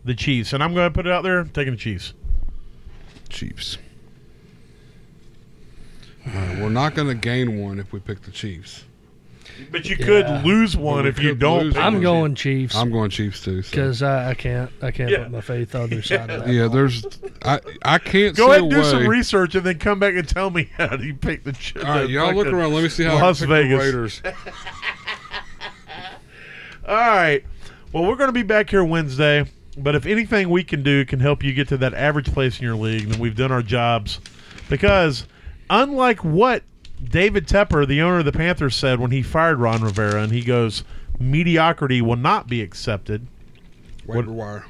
C: the Chiefs, and I'm going to put it out there, taking the Chiefs.
B: Chiefs. Uh, we're not going to gain one if we pick the Chiefs.
C: But you
D: Yeah.
C: could lose one
B: we
C: if you
B: could
C: don't.
B: lose
C: pick
B: one.
D: I'm
C: the
D: going Chiefs
B: I'm going Chiefs too. so-
D: because I, I can't I can't
C: Yeah.
D: put my faith on the other side of that.
B: Yeah, there's. I I can't.
C: Go
B: see
C: ahead and
B: a
C: do some
B: way-
C: research and then come back and tell me how do you pick the ch-
B: All right,
C: the
B: y'all look
C: fucking-
B: around. Let me see how
C: Las
B: I pick the
C: Vegas.
B: Raiders.
C: All right. Well, we're going to be back here Wednesday, but if anything we can do can help you get to that average place in your league, then we've done our jobs. Because unlike what David Tepper, the owner of the Panthers, said when he fired Ron Rivera, and he goes, mediocrity will not be accepted.
B: Waiver wire.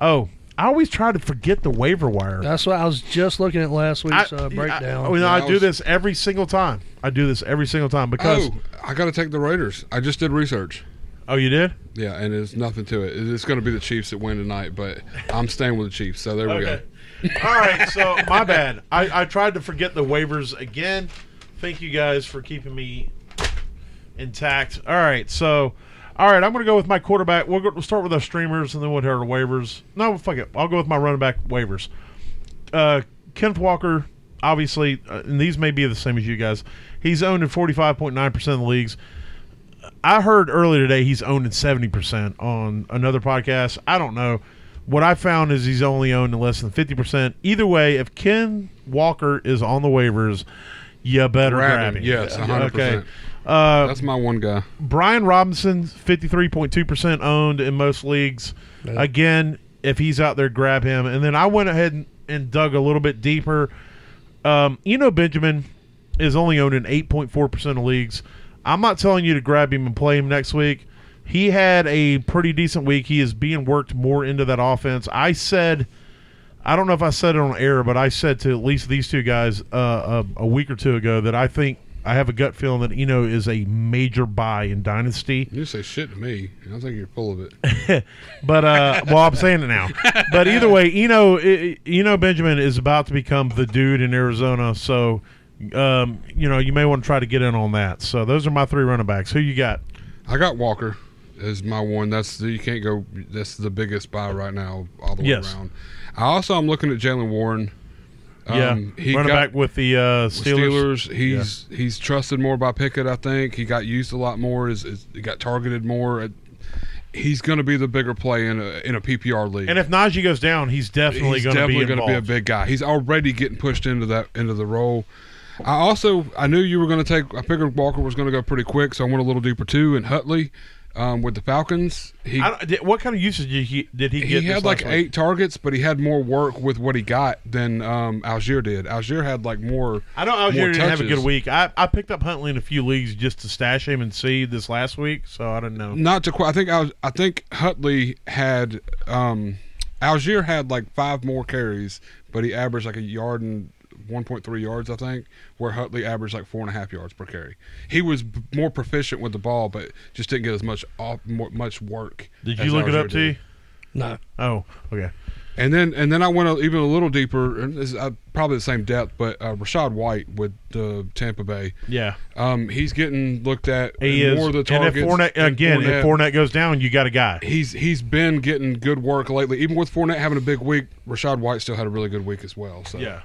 C: Oh, I always try to forget the waiver wire.
D: That's what I was just looking at last week's
C: I-
D: uh, breakdown.
C: I, I, I
B: I
C: do
B: was-
C: this every single time. I do this every single time because.
B: Oh, I got to take the Raiders. I just did research.
C: Oh, you did?
B: Yeah, and it's nothing to it. It's going to be the Chiefs that win tonight, but I'm staying with the Chiefs. So there we go.
C: All right. So my bad. I, I tried to forget the waivers again. Thank you guys for keeping me intact. All right. So, all right. I'm going to go with my quarterback. We'll, go, we'll start with our streamers, and then we'll hit our waivers. No, fuck it. I'll go with my running back waivers. Uh, Kenneth Walker, obviously, uh, and these may be the same as you guys. He's owned in 45.9% of the leagues. I heard earlier today he's owned in seventy percent on another podcast. I don't know. What I found is he's only owned in less than fifty percent. Either way, if Ken Walker is on the waivers, you better
B: Grab
C: grab
B: him.
C: him.
B: Yes, 100%.
C: Okay. Uh,
B: That's my one guy.
C: Brian Robinson, 53.2% owned in most leagues.
D: Yeah.
C: Again, if he's out there, grab him. And then I went ahead and, and dug a little bit deeper. Um, you know, Benjamin is only owned in 8.4% of leagues. I'm not telling you to grab him and play him next week. He had a pretty decent week. He is being worked more into that offense. I said. I don't know if I said it on air, but I said to at least these two guys uh, a, a week or two ago that I think I have a gut feeling that Eno is a major buy in Dynasty.
B: You say shit to me. I think you're full of it.
C: But uh, well, I'm saying it now. But either way, Eno I- Eno Benjamin is about to become the dude in Arizona. So um, you know you may want to try to get in on that. So those are my three running backs. Who you got?
B: I got Walker as my one. That's the, you can't go. That's the biggest buy right now, all the way
C: Yes.
B: around. I also I'm looking at Jalen Warren. Um,
C: yeah, running back with the uh, Steelers.
B: Steelers. He's he's trusted more by Pickett. I think he got used a lot more. Is, is he got targeted more? At, he's going to be the bigger play in a in a PPR league.
C: And if Najee goes down, he's definitely
B: he's
C: going to be
B: definitely
C: involved.
B: going to be a big guy. He's already getting pushed into that into the role. I also I knew you were going to take. I figured Walker was going to go pretty quick, so I went a little deeper too. And Hutley um, with the Falcons, he
C: I don't- did- what kind of usage did he did he
B: he
C: get?
B: had
C: this
B: like
C: last
B: eight
C: week?
B: targets, but he had more work with what he got than um, Algier did. Algier had like more.
C: I know Algier
B: more
C: didn't have a
B: touches.
C: good week. I, I picked up Huntley in a few leagues just to stash him and see this last week, so I don't know.
B: Not to quite. I think I, was, I think Hutley had um, Algier had like five more carries, but he averaged like a yard and 1.3 yards, I think, where Hutley averaged like four and a half yards per carry. He was b- more proficient with the ball, but just didn't get as much off, more, much work.
C: Did
B: as
C: you look it
B: Algier
C: up,
B: did.
C: T?
D: No.
C: Oh, okay.
B: And then and then I went a, even a little deeper, and this is, uh, probably the same depth, but uh, Rashad White with uh, Tampa Bay.
C: Yeah,
B: Um, he's getting looked at
C: he
B: in
C: is.
B: more of the
C: and if
B: targets.
C: Fournette
B: than
C: again, if
B: Fournette.
C: Fournette goes down, you got a guy.
B: he's he's been getting good work lately. Even with Fournette having a big week, Rashad White still had a really good week as well. So
C: Yeah,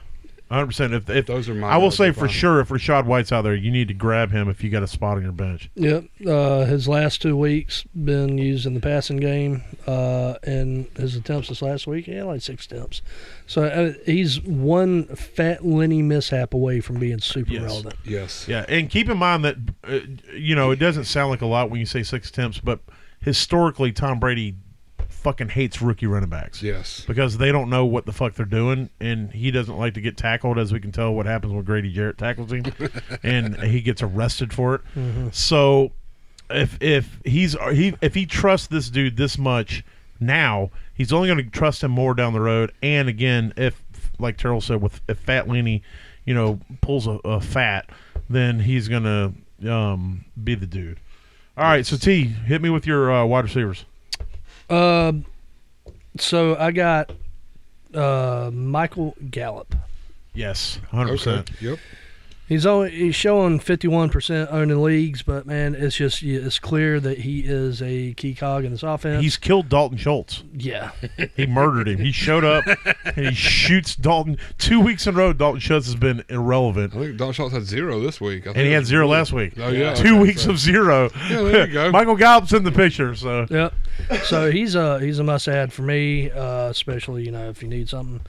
C: hundred percent. If if
B: Those are my
C: I will
B: guys
C: say
B: to
C: for
B: find.
C: sure, if Rashad White's out there, you need to grab him if you got a spot on your bench.
D: Yep. Uh, his last two weeks been used in the passing game, uh, and his attempts this last week, yeah, like six attempts. So uh, he's one fat Lenny mishap away from being super
C: Yes.
D: relevant.
B: yes,
C: Yeah, and keep in mind that uh, you know it doesn't sound like a lot when you say six attempts, but historically, Tom Brady fucking hates rookie running backs.
B: yes,
C: because they don't know what the fuck they're doing, and he doesn't like to get tackled, as we can tell what happens when Grady Jarrett tackles him, and he gets arrested for it. So, if if he's he if he trusts this dude this much now, he's only going to trust him more down the road. And again, if like Terrell said, with if Fat Lenny, you know, pulls a, a fat, then he's going to um, be the dude. All right, so T, hit me with your uh, wide receivers.
D: Uh, so I got uh, Michael Gallup.
C: Yes, hundred
B: okay,
C: percent.
B: yep.
D: He's only he's showing 51% owned in leagues, but man, it's just yeah, it's clear that he is a key cog in this offense.
C: He's killed Dalton Schultz.
D: yeah.
C: He murdered him. He showed up and he shoots Dalton. Two weeks in a row, Dalton Schultz has been irrelevant.
B: I think Don Schultz had zero this week, I
C: And he had zero last week.
B: Oh, yeah.
C: Two
B: Okay,
C: weeks
B: so-
C: of zero.
B: Yeah, there you go.
C: Michael Gallup's in the picture, so
D: Yep. So he's a he's a must add for me, uh, especially you know if you need something.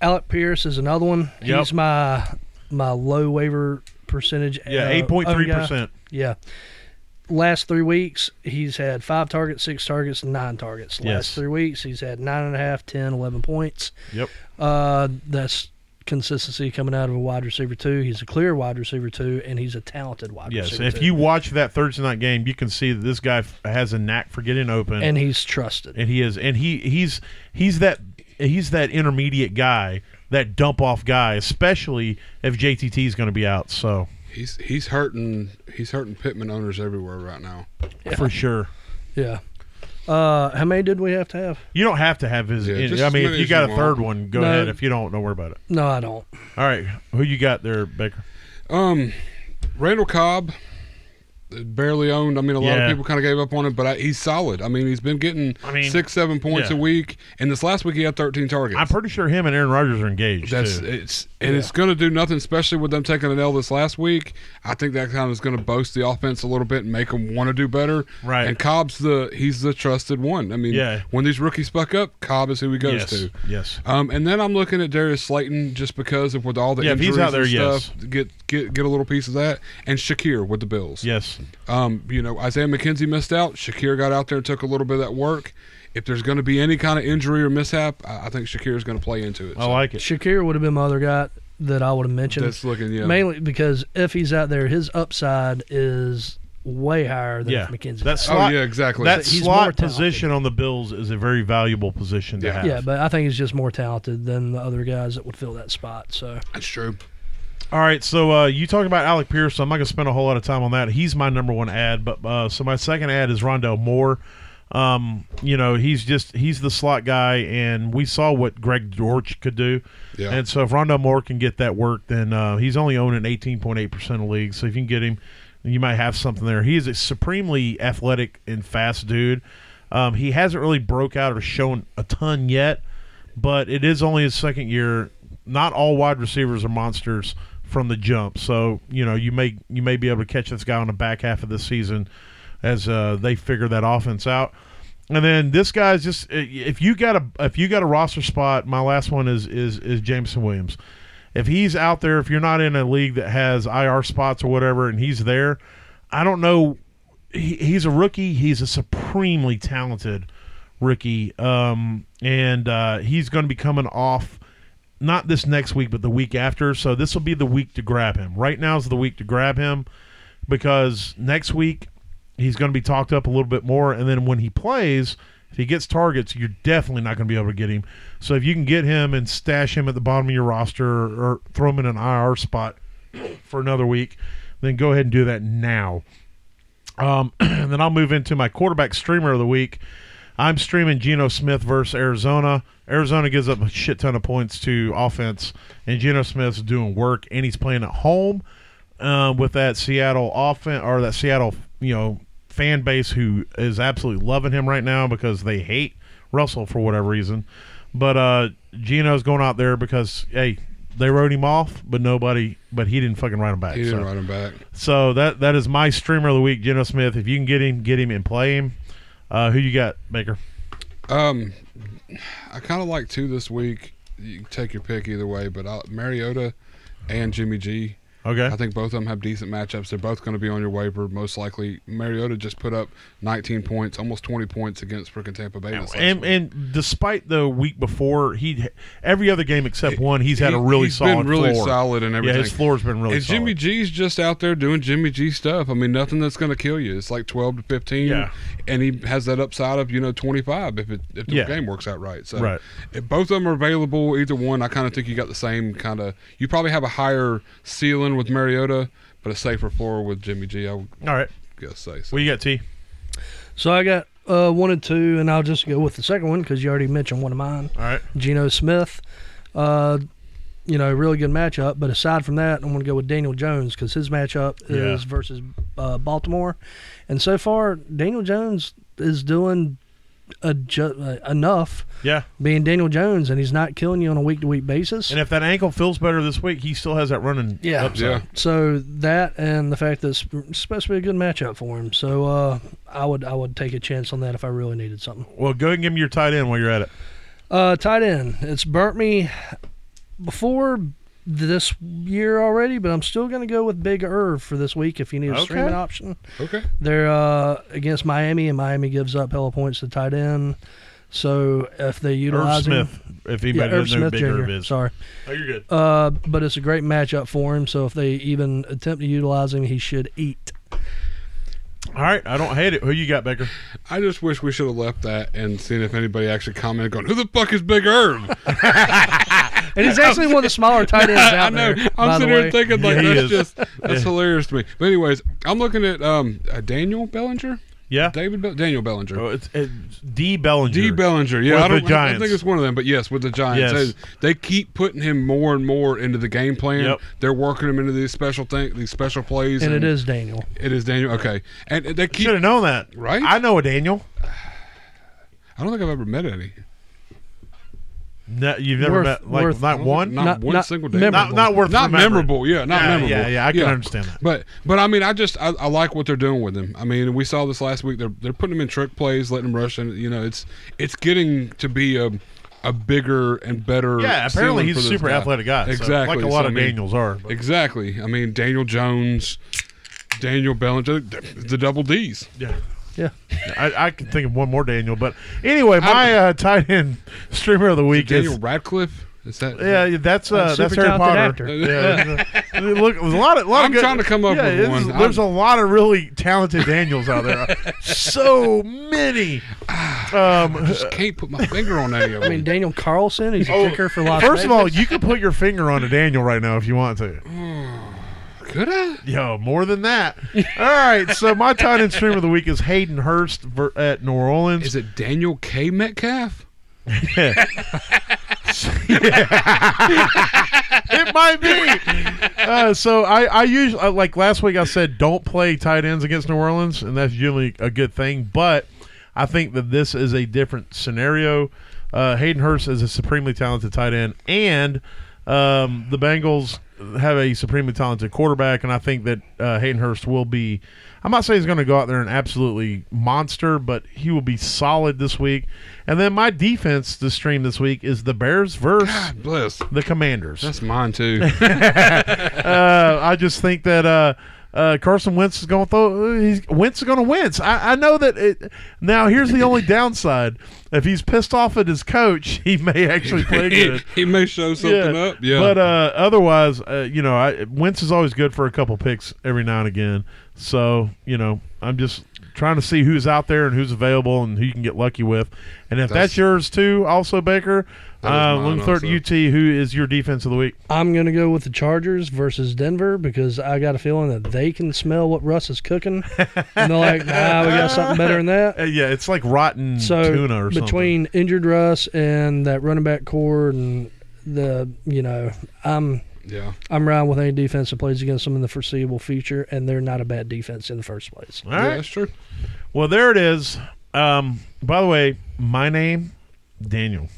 D: Alec Pierce is another one.
C: Yep.
D: He's my my low waiver percentage.
C: yeah,
D: uh,
C: eight point
D: owned
C: three
D: guy.
C: percent.
D: Yeah. Last three weeks, he's had five targets, six targets, nine targets. Last
C: Yes.
D: three weeks, he's had nine and a half, ten, eleven points.
C: Yep.
D: Uh, that's consistency coming out of a wide receiver, too. He's a clear wide receiver, too, and he's a talented wide
C: Yes.
D: receiver.
C: If
D: too.
C: you watch that Thursday night game, you can see that this guy f- has a knack for getting open.
D: And he's trusted.
C: and he is and he he's he's that he's that intermediate guy, that dump off guy, especially if JTT is going to be out. So
B: He's he's hurting he's hurting Pittman owners everywhere right now.
C: for sure.
D: Yeah. Uh, how many did we have to have?
C: You don't have to have his.
B: Yeah, just
C: I
B: as
C: mean,
B: many
C: if you
B: as
C: got
B: you
C: a
B: want.
C: third one, go
D: No.
C: ahead. If you don't, don't worry about it.
D: No, I don't.
C: All right, who you got there, Baker?
B: Um, Randall Cobb, barely owned. I mean, a lot
C: Yeah.
B: of people kind of gave up on him, but I, he's solid. I mean, he's been getting
C: I mean,
B: six, seven points
C: yeah.
B: a week, and this last week he had 13 targets.
C: I'm pretty sure him and Aaron Rodgers are engaged.
B: That's
C: too.
B: it's and it's going to do nothing, especially with them taking an L this last week. I think that kind of is going to boost the offense a little bit and make them want to do better.
C: Right.
B: And Cobb's the he's the trusted one. I mean,
C: Yeah.
B: When these rookies fuck up, Cobb is who he goes
C: yes.
B: to.
C: Yes.
B: Um, and then I'm looking at Darius Slayton just because of with all the
C: Yeah, if
B: injuries
C: he's out
B: and
C: there,
B: stuff, get get get a little piece of that. And Shakir with the Bills.
C: Yes.
B: Um, you know, Isaiah McKenzie missed out. Shakir got out there and took a little bit of that work. If there's going to be any kind of injury or mishap, I, I think Shakir is going to play into it.
C: I like it.
D: Shakir would have been my other guy that I would have mentioned.
B: That's looking yeah.
D: Mainly because if he's out there, his upside is way higher than
C: Yeah.
D: if McKenzie.
C: That's
B: Oh
C: slot,
B: yeah, exactly.
C: That
D: He's more
C: slot
D: talented.
C: position on the Bills is a very valuable position to
B: Yeah.
C: have.
D: yeah, but I think he's just more talented than the other guys that would fill that spot. So
B: That's true.
C: All right, so uh, you talk about Alec Pierce. So I'm not going to spend a whole lot of time on that. He's my number one ad, but uh, so my second ad is Rondell Moore. Um, you know, he's just he's the slot guy, and we saw what Greg Dortch could do.
B: Yeah.
C: And so if Rondell Moore can get that work, then uh, he's only owning 18.8 percent of leagues. So if you can get him, then you might have something there. He is a supremely athletic and fast dude. Um, he hasn't really broke out or shown a ton yet but it is only his second year. Not all wide receivers are monsters from the jump, so you know you may you may be able to catch this guy on the back half of the season as uh, they figure that offense out. And then this guy's just uh, if you got a if you got a roster spot, my last one is is is Jameson Williams. If he's out there, if you're not in a league that has IR spots or whatever, and he's there, I don't know. He, he's a rookie. He's a supremely talented rookie, um, and uh, he's going to be coming off not this next week, but the week after. So this will be the week to grab him. Right now is the week to grab him because next week he's going to be talked up a little bit more, and then when he plays. If he gets targets, you're definitely not going to be able to get him. So if you can get him and stash him at the bottom of your roster or throw him in an IR spot for another week, then go ahead and do that now. Um, and then I'll move into my quarterback streamer of the week. I'm streaming Geno Smith versus Arizona. Arizona gives up a shit ton of points to offense, and Geno Smith's doing work, and he's playing at home um, with that Seattle offense or that Seattle you know fan base who is absolutely loving him right now because they hate Russell for whatever reason. But uh, Geno's going out there because hey, they wrote him off, but nobody, but he didn't fucking write him back.
B: He
C: so.
B: didn't write him back.
C: So that that is my streamer of the week, Geno Smith. If you can get him, get him and play him. Uh, who you got, Baker?
B: Um, I kind of like two this week. You can take your pick either way, but I'll, Mariota and Jimmy G.
C: Okay.
B: I think both of them have decent matchups. They're both going to be on your waiver most likely. Mariota just put up 19 points, almost 20 points against freaking Tampa Bay. this last
C: and
B: week.
C: and despite the week before, he every other game except one, he's had a
B: He-
C: really
B: he's
C: solid
B: been really
C: floor.
B: solid and everything.
C: Yeah, his floor's been really
B: and
C: solid.
B: Jimmy G's just out there doing Jimmy G stuff. I mean, nothing that's going to kill you. It's like 12 to 15.
C: Yeah.
B: And he has that upside of, you know, 25 if it, if the
C: Yeah.
B: game works out right. So
C: Right.
B: if both of them are available, either one, I kind of think you got the same kind of. You probably have a higher ceiling with Mariota, but a safer floor with Jimmy G, I would
C: All right,
B: guess say. So.
C: what you got, T?
D: so I got uh, one and two, and I'll just go with the second one because you already mentioned one of mine.
C: All right,
D: Geno Smith. Uh, you know, really good matchup. But aside from that, I'm going to go with Daniel Jones because his matchup
C: Yeah.
D: is versus uh, Baltimore, and so far Daniel Jones is doing adju- uh, enough
C: yeah.
D: being Daniel Jones, and he's not killing you on a week to week basis.
C: And if that ankle feels better this week, he still has that running. Uh,
D: Yeah.
C: upside.
B: yeah.
D: so that and the fact that it's supposed to be a good matchup for him, so uh, I would I would take a chance on that if I really needed something.
C: Well, go ahead and give me your tight end while you're at it.
D: Uh, tight end. It's burnt me before this year already, but I'm still going to go with Big Irv for this week if you need a
C: Okay.
D: streaming option.
B: Okay.
D: They're uh, against Miami, and Miami gives up hella points to tight end. So if they
C: Irv
D: utilize him,
C: Smith, if
D: yeah, Irv
C: anybody doesn't know who
D: Smith
C: Big
D: Jr.
C: Irv is.
D: Sorry,
C: Oh, you're good.
D: uh, but it's a great matchup for him. So if they even attempt to utilize him, he should eat.
C: All right, I don't hate it. Who you got, Baker?
B: I just wish we should have left that and seen if anybody actually commented going, who the fuck is Big Irv?
D: And he's actually one of the smaller tight ends out
B: I know.
D: there. by
B: I'm
D: the
B: sitting here
D: way.
B: thinking like
C: Yeah, he
B: that's
C: is.
B: just that's hilarious to me. But anyways, I'm looking at um uh, Daniel Bellinger.
C: Yeah.
B: David Be- Daniel Bellinger.
C: Oh, it's, it's D. Bellinger.
B: D. Bellinger, yeah,
C: With
B: I don't,
C: the
B: I don't think
C: Giants.
B: it's one of them, but yes, with the Giants,
C: Yes.
B: they, they keep putting him more and more into the game plan.
C: Yep.
B: They're working him into these special thing, these special plays,
D: and it is Daniel.
B: it is Daniel. Okay, and they keep.
C: Should have known that.
B: Right?
C: I know a Daniel.
B: I don't think I've ever met any.
C: No, you've never
D: Worth-
C: met like
D: worth-
C: not one.
B: not,
D: Not-
B: one
D: not
B: single day.
D: memorable.
C: not not worth
B: not
C: remembering.
B: memorable. Yeah, not
C: Yeah,
B: memorable.
C: yeah, yeah, I can understand that.
B: But but I mean, I just I, I like what they're doing with him. I mean, we saw this last week. They're they're putting him in trick plays, letting him rush, and you know, it's it's getting to be a a bigger and better.
C: Yeah, apparently
B: ceiling
C: he's
B: for
C: a
B: this
C: super
B: guy.
C: athletic guy. so,
B: Exactly,
C: like a lot of
B: So, I mean,
C: Daniels are. but-
B: Exactly. I mean, Daniel Jones, Daniel Bellinger, the double D's.
C: Yeah.
D: Yeah.
C: I, I can think of one more Daniel, but anyway, my uh, tight end streamer of the week
B: Daniel
C: is
B: Radcliffe. Is that?
C: yeah, that's uh,
D: super
C: that's Harry
D: talented
C: Potter.
D: actor.
C: Yeah, look, there's a lot of, lot of
B: I'm
C: good-
B: trying to come up
C: yeah,
B: with
C: it's-
B: one.
C: There's a lot of really talented Daniels out there. so many. Um,
B: Just can't put my finger on any of them.
D: I mean, Daniel Carlson, he's a kicker for Las
C: Oh. first of
D: Vegas.
C: all, you can put your finger on a Daniel right now if you want to.
B: could I?
C: Yo, more than that. All right, so my tight end streamer of the week is Hayden Hurst ver- at New Orleans.
B: Is it Daniel K. Metcalf?
C: it might be. Uh, so I, I usually uh, like last week I said don't play tight ends against New Orleans, and that's usually a good thing. But I think that this is a different scenario. Uh, Hayden Hurst is a supremely talented tight end, and um, the Bengals have a supremely talented quarterback, and I think that uh, Hayden Hurst will be. I'm not saying he's going to go out there and absolutely monster, but he will be solid this week. And then my defense to stream this week is the Bears versus
B: Bliss.
C: the Commanders
B: That's mine too.
C: uh, I just think that uh, uh, Carson Wentz is going to throw. He's, Wentz is going to wince. I, I know that. It, now, here's the only downside: if he's pissed off at his coach, he may actually play
B: he,
C: good.
B: he may show something up. Yeah.
C: But uh, otherwise, uh, you know, I, Wentz is always good for a couple picks every now and again. So you know, I'm just trying to see who's out there and who's available and who you can get lucky with. And if that's,
B: That's-
C: yours too, also Baker.
B: That
C: Uh,
B: is mine
C: Lingford
B: also.
C: UT, who is your defense of the week?
D: I'm going to go with the Chargers versus Denver because I got a feeling that they can smell what Russ is cooking. and they're like, nah, we got something better than
C: Uh,
D: that.
C: yeah, it's like rotten
D: So
C: tuna or something.
D: between injured Russ and that running back core and the, you know, I'm
B: yeah.
D: I'm riding with any defense that plays against them in the foreseeable future, and they're not a bad defense in the first place.
C: All
B: yeah,
C: right.
B: that's true.
C: Well, there it is. Um, by the way, my name, Daniel.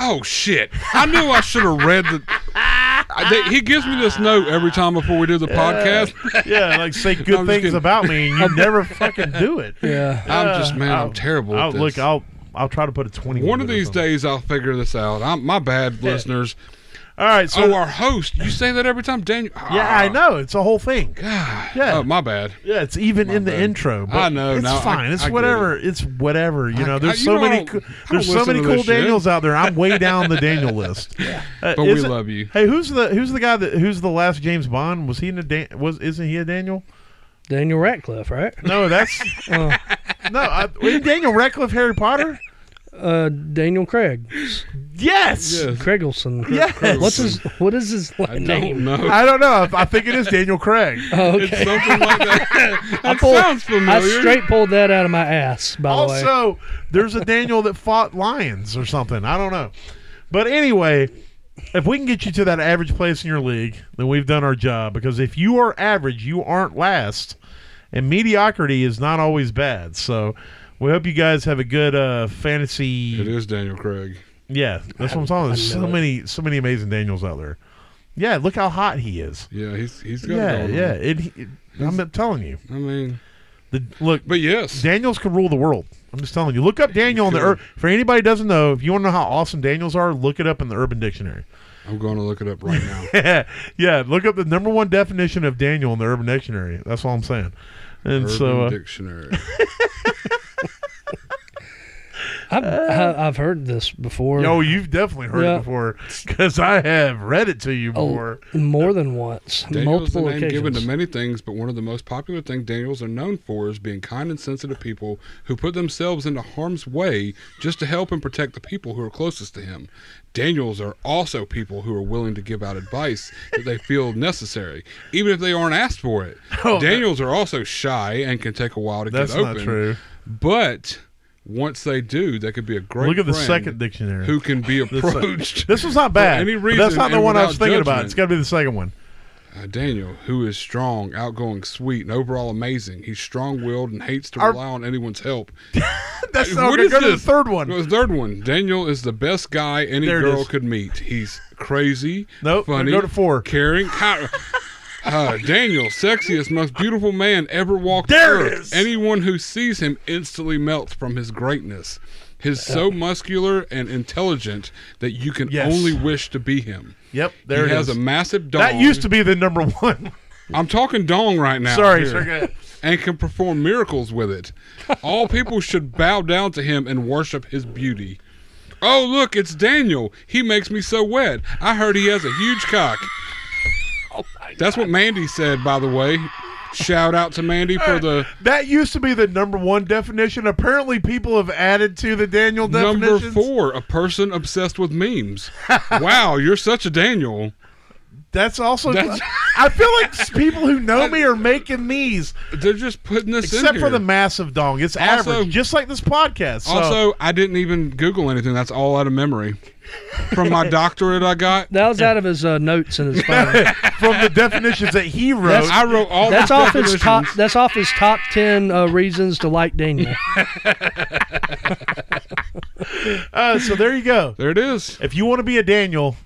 B: Oh shit! I knew I should have read the. I, they, he gives me this note every time before we do the podcast.
C: Uh, Yeah, like say
B: I'm
C: good
B: just
C: things
B: kidding.
C: about me, and you never fucking do it.
D: Yeah.
B: I'm just man.
C: Uh, I'll-
B: I'm terrible.
C: I'll,
B: at this.
C: Look, I'll I'll try to put a twenty.
B: One of
C: in it or
B: these
C: something.
B: days I'll figure this out. I'm my bad, listeners.
C: All right. So
B: oh, our host. You say that every time, Daniel.
C: yeah, I know it's a whole thing.
B: God.
C: Yeah.
B: Oh, my bad.
C: Yeah, it's even in the
B: bad.
C: intro. But
B: I know,
C: It's
B: no, I-
C: fine. it's
B: I get
C: whatever. It's whatever. You
B: I-
C: know,
B: I-
C: there's
B: you
C: so
B: know, I
C: many.
B: don't-
C: coo-
B: I don't
C: There's so
B: listen
C: many
B: to
C: cool
B: this shit.
C: Daniels out there. I'm way down the Daniel list. Yeah.
B: But we love you.
C: Hey, who's the who's the guy that who's the last James Bond? Was he in a Dan- was isn't he a Daniel?
D: Daniel Ratcliffe, right?
C: No, that's
D: Uh,
C: no. I, isn't Daniel Radcliffe Harry Potter?
D: uh, Daniel Craig.
C: Yes.
B: Yes.
D: Craigelson.
C: Yes.
D: What's his, what is his
B: I
D: last
B: don't
D: name?
B: know.
C: I don't know. I think it is Daniel Craig.
D: Oh,
B: It's
D: okay.
B: something like that. That
D: pulled-
B: sounds
D: I
B: familiar.
D: straight pulled that out of my ass, by the way.
C: Also, there's a Daniel that fought lions or something. I don't know. But anyway, if we can get you to that average place in your league, then we've done our job. Because if you are average, you aren't last, and mediocrity is not always bad. So we hope you guys have a good uh, fantasy.
B: It is Daniel Craig.
C: Yeah, that's what I'm talking. There's so
D: know it.
C: many, so many amazing Daniels out there. Yeah, look how hot he is.
B: Yeah, he's he's got
C: Yeah,
B: it going
C: yeah. It, it- I'm telling you.
B: on. I mean,
C: The, look,
B: but yes,
C: Daniels could rule the world. I'm just telling you. Look up Daniel in the Ur- for anybody who doesn't know. If you want to know how awesome Daniels are, look it up in the Urban Dictionary.
B: I'm going to look it up right now.
C: yeah, look up the number one definition of Daniel in the Urban Dictionary. That's all I'm saying. And uh,
B: Urban
C: so, uh,
B: Dictionary.
D: I've, I- I've heard this before.
F: Yo, you've definitely heard
D: Yeah.
F: it before because I have read it to you
D: Oh,
F: before.
D: more than once,
B: Daniel is the
D: multiple
B: name given to
D: occasions.
B: many things, but one of the most popular things Daniels are known for is being kind and sensitive people who put themselves into harm's way just to help and protect the people who are closest to him. Daniels are also people who are willing to give out advice that they feel necessary, even if they aren't asked for it. Daniels are also shy and can take a while to
C: Oh, That's
B: get
C: not
B: open.
C: true.
B: But once they do, they could be a great
C: Look at the
B: friend
C: second dictionary.
B: who can be approached.
C: this was not bad.
B: any
C: but
B: reason
C: that's not the
B: and
C: one I was
B: without
C: thinking about.
B: judgment.
C: It's got to be the second one.
B: Uh, Daniel, who is strong, outgoing, sweet, and overall amazing. He's strong-willed and hates to rely on anyone's help.
C: That's
B: Hey,
C: not
B: what
C: going
B: is
C: to go to the
B: this?
C: third one.
B: Well, the third one, Daniel is the best guy any
C: There it
B: girl
C: is.
B: could meet. He's crazy,
C: Nope,
B: funny,
C: go to four.
B: caring. Hi- Uh, Daniel, sexiest, most beautiful man ever walked
C: There
B: the
C: it
B: earth.
C: is.
B: Anyone who sees him instantly melts from his greatness. He's so muscular and intelligent that you can
C: Yes.
B: only wish to be him.
C: Yep, there
B: he
C: it
B: has
C: is.
B: a massive dong.
C: that used to be the number one.
B: I'm talking dong right now.
C: Sorry,
B: here
C: sir. Go ahead.
B: and can perform miracles with it. All people should bow down to him and worship his beauty. Oh, look, it's Daniel. He makes me so wet. I heard he has a huge cock.
C: Oh
B: That's what Mandy said, by the way. Shout out to Mandy for the
C: That used to be the number one definition. Apparently, people have added to the Daniel
B: number
C: definitions.
B: four a person obsessed with memes. Wow, you're such a Daniel.
C: That's also.
B: That's-
C: I feel like s- people who know me are making these,
B: They're just putting this in.
C: except for
B: here.
C: the massive dong. It's
B: Also-
C: average, just like this podcast. So,
B: Also, I didn't even Google anything. That's all out of memory. From my doctorate I got,
D: That was out of his uh, notes in his phone.
C: from the definitions that he wrote,
B: I wrote all
D: That's
B: the
D: off his
B: definitions.
D: top. That's off his top ten uh, reasons to like Daniel.
C: uh, so there you go.
B: There it is.
C: If you want to be a Daniel,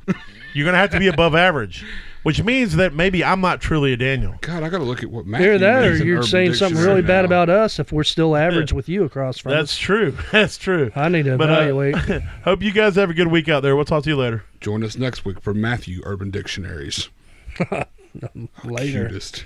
C: you're going to have to be above average, which means that maybe I'm not truly a Daniel.
B: God, I gotta look at what Matthew
D: Either that, or
B: means in
D: you're
B: Urban
D: saying something
B: Dictionary
D: really bad
B: now.
D: about us if we're still average with you across from
C: That's
D: us.
C: true. That's true.
D: I need to
C: But, uh,
D: evaluate.
C: Hope you guys have a good week out there. We'll talk to you later.
B: Join us next week for Matthew Urban Dictionaries.
D: later.
B: Cutest.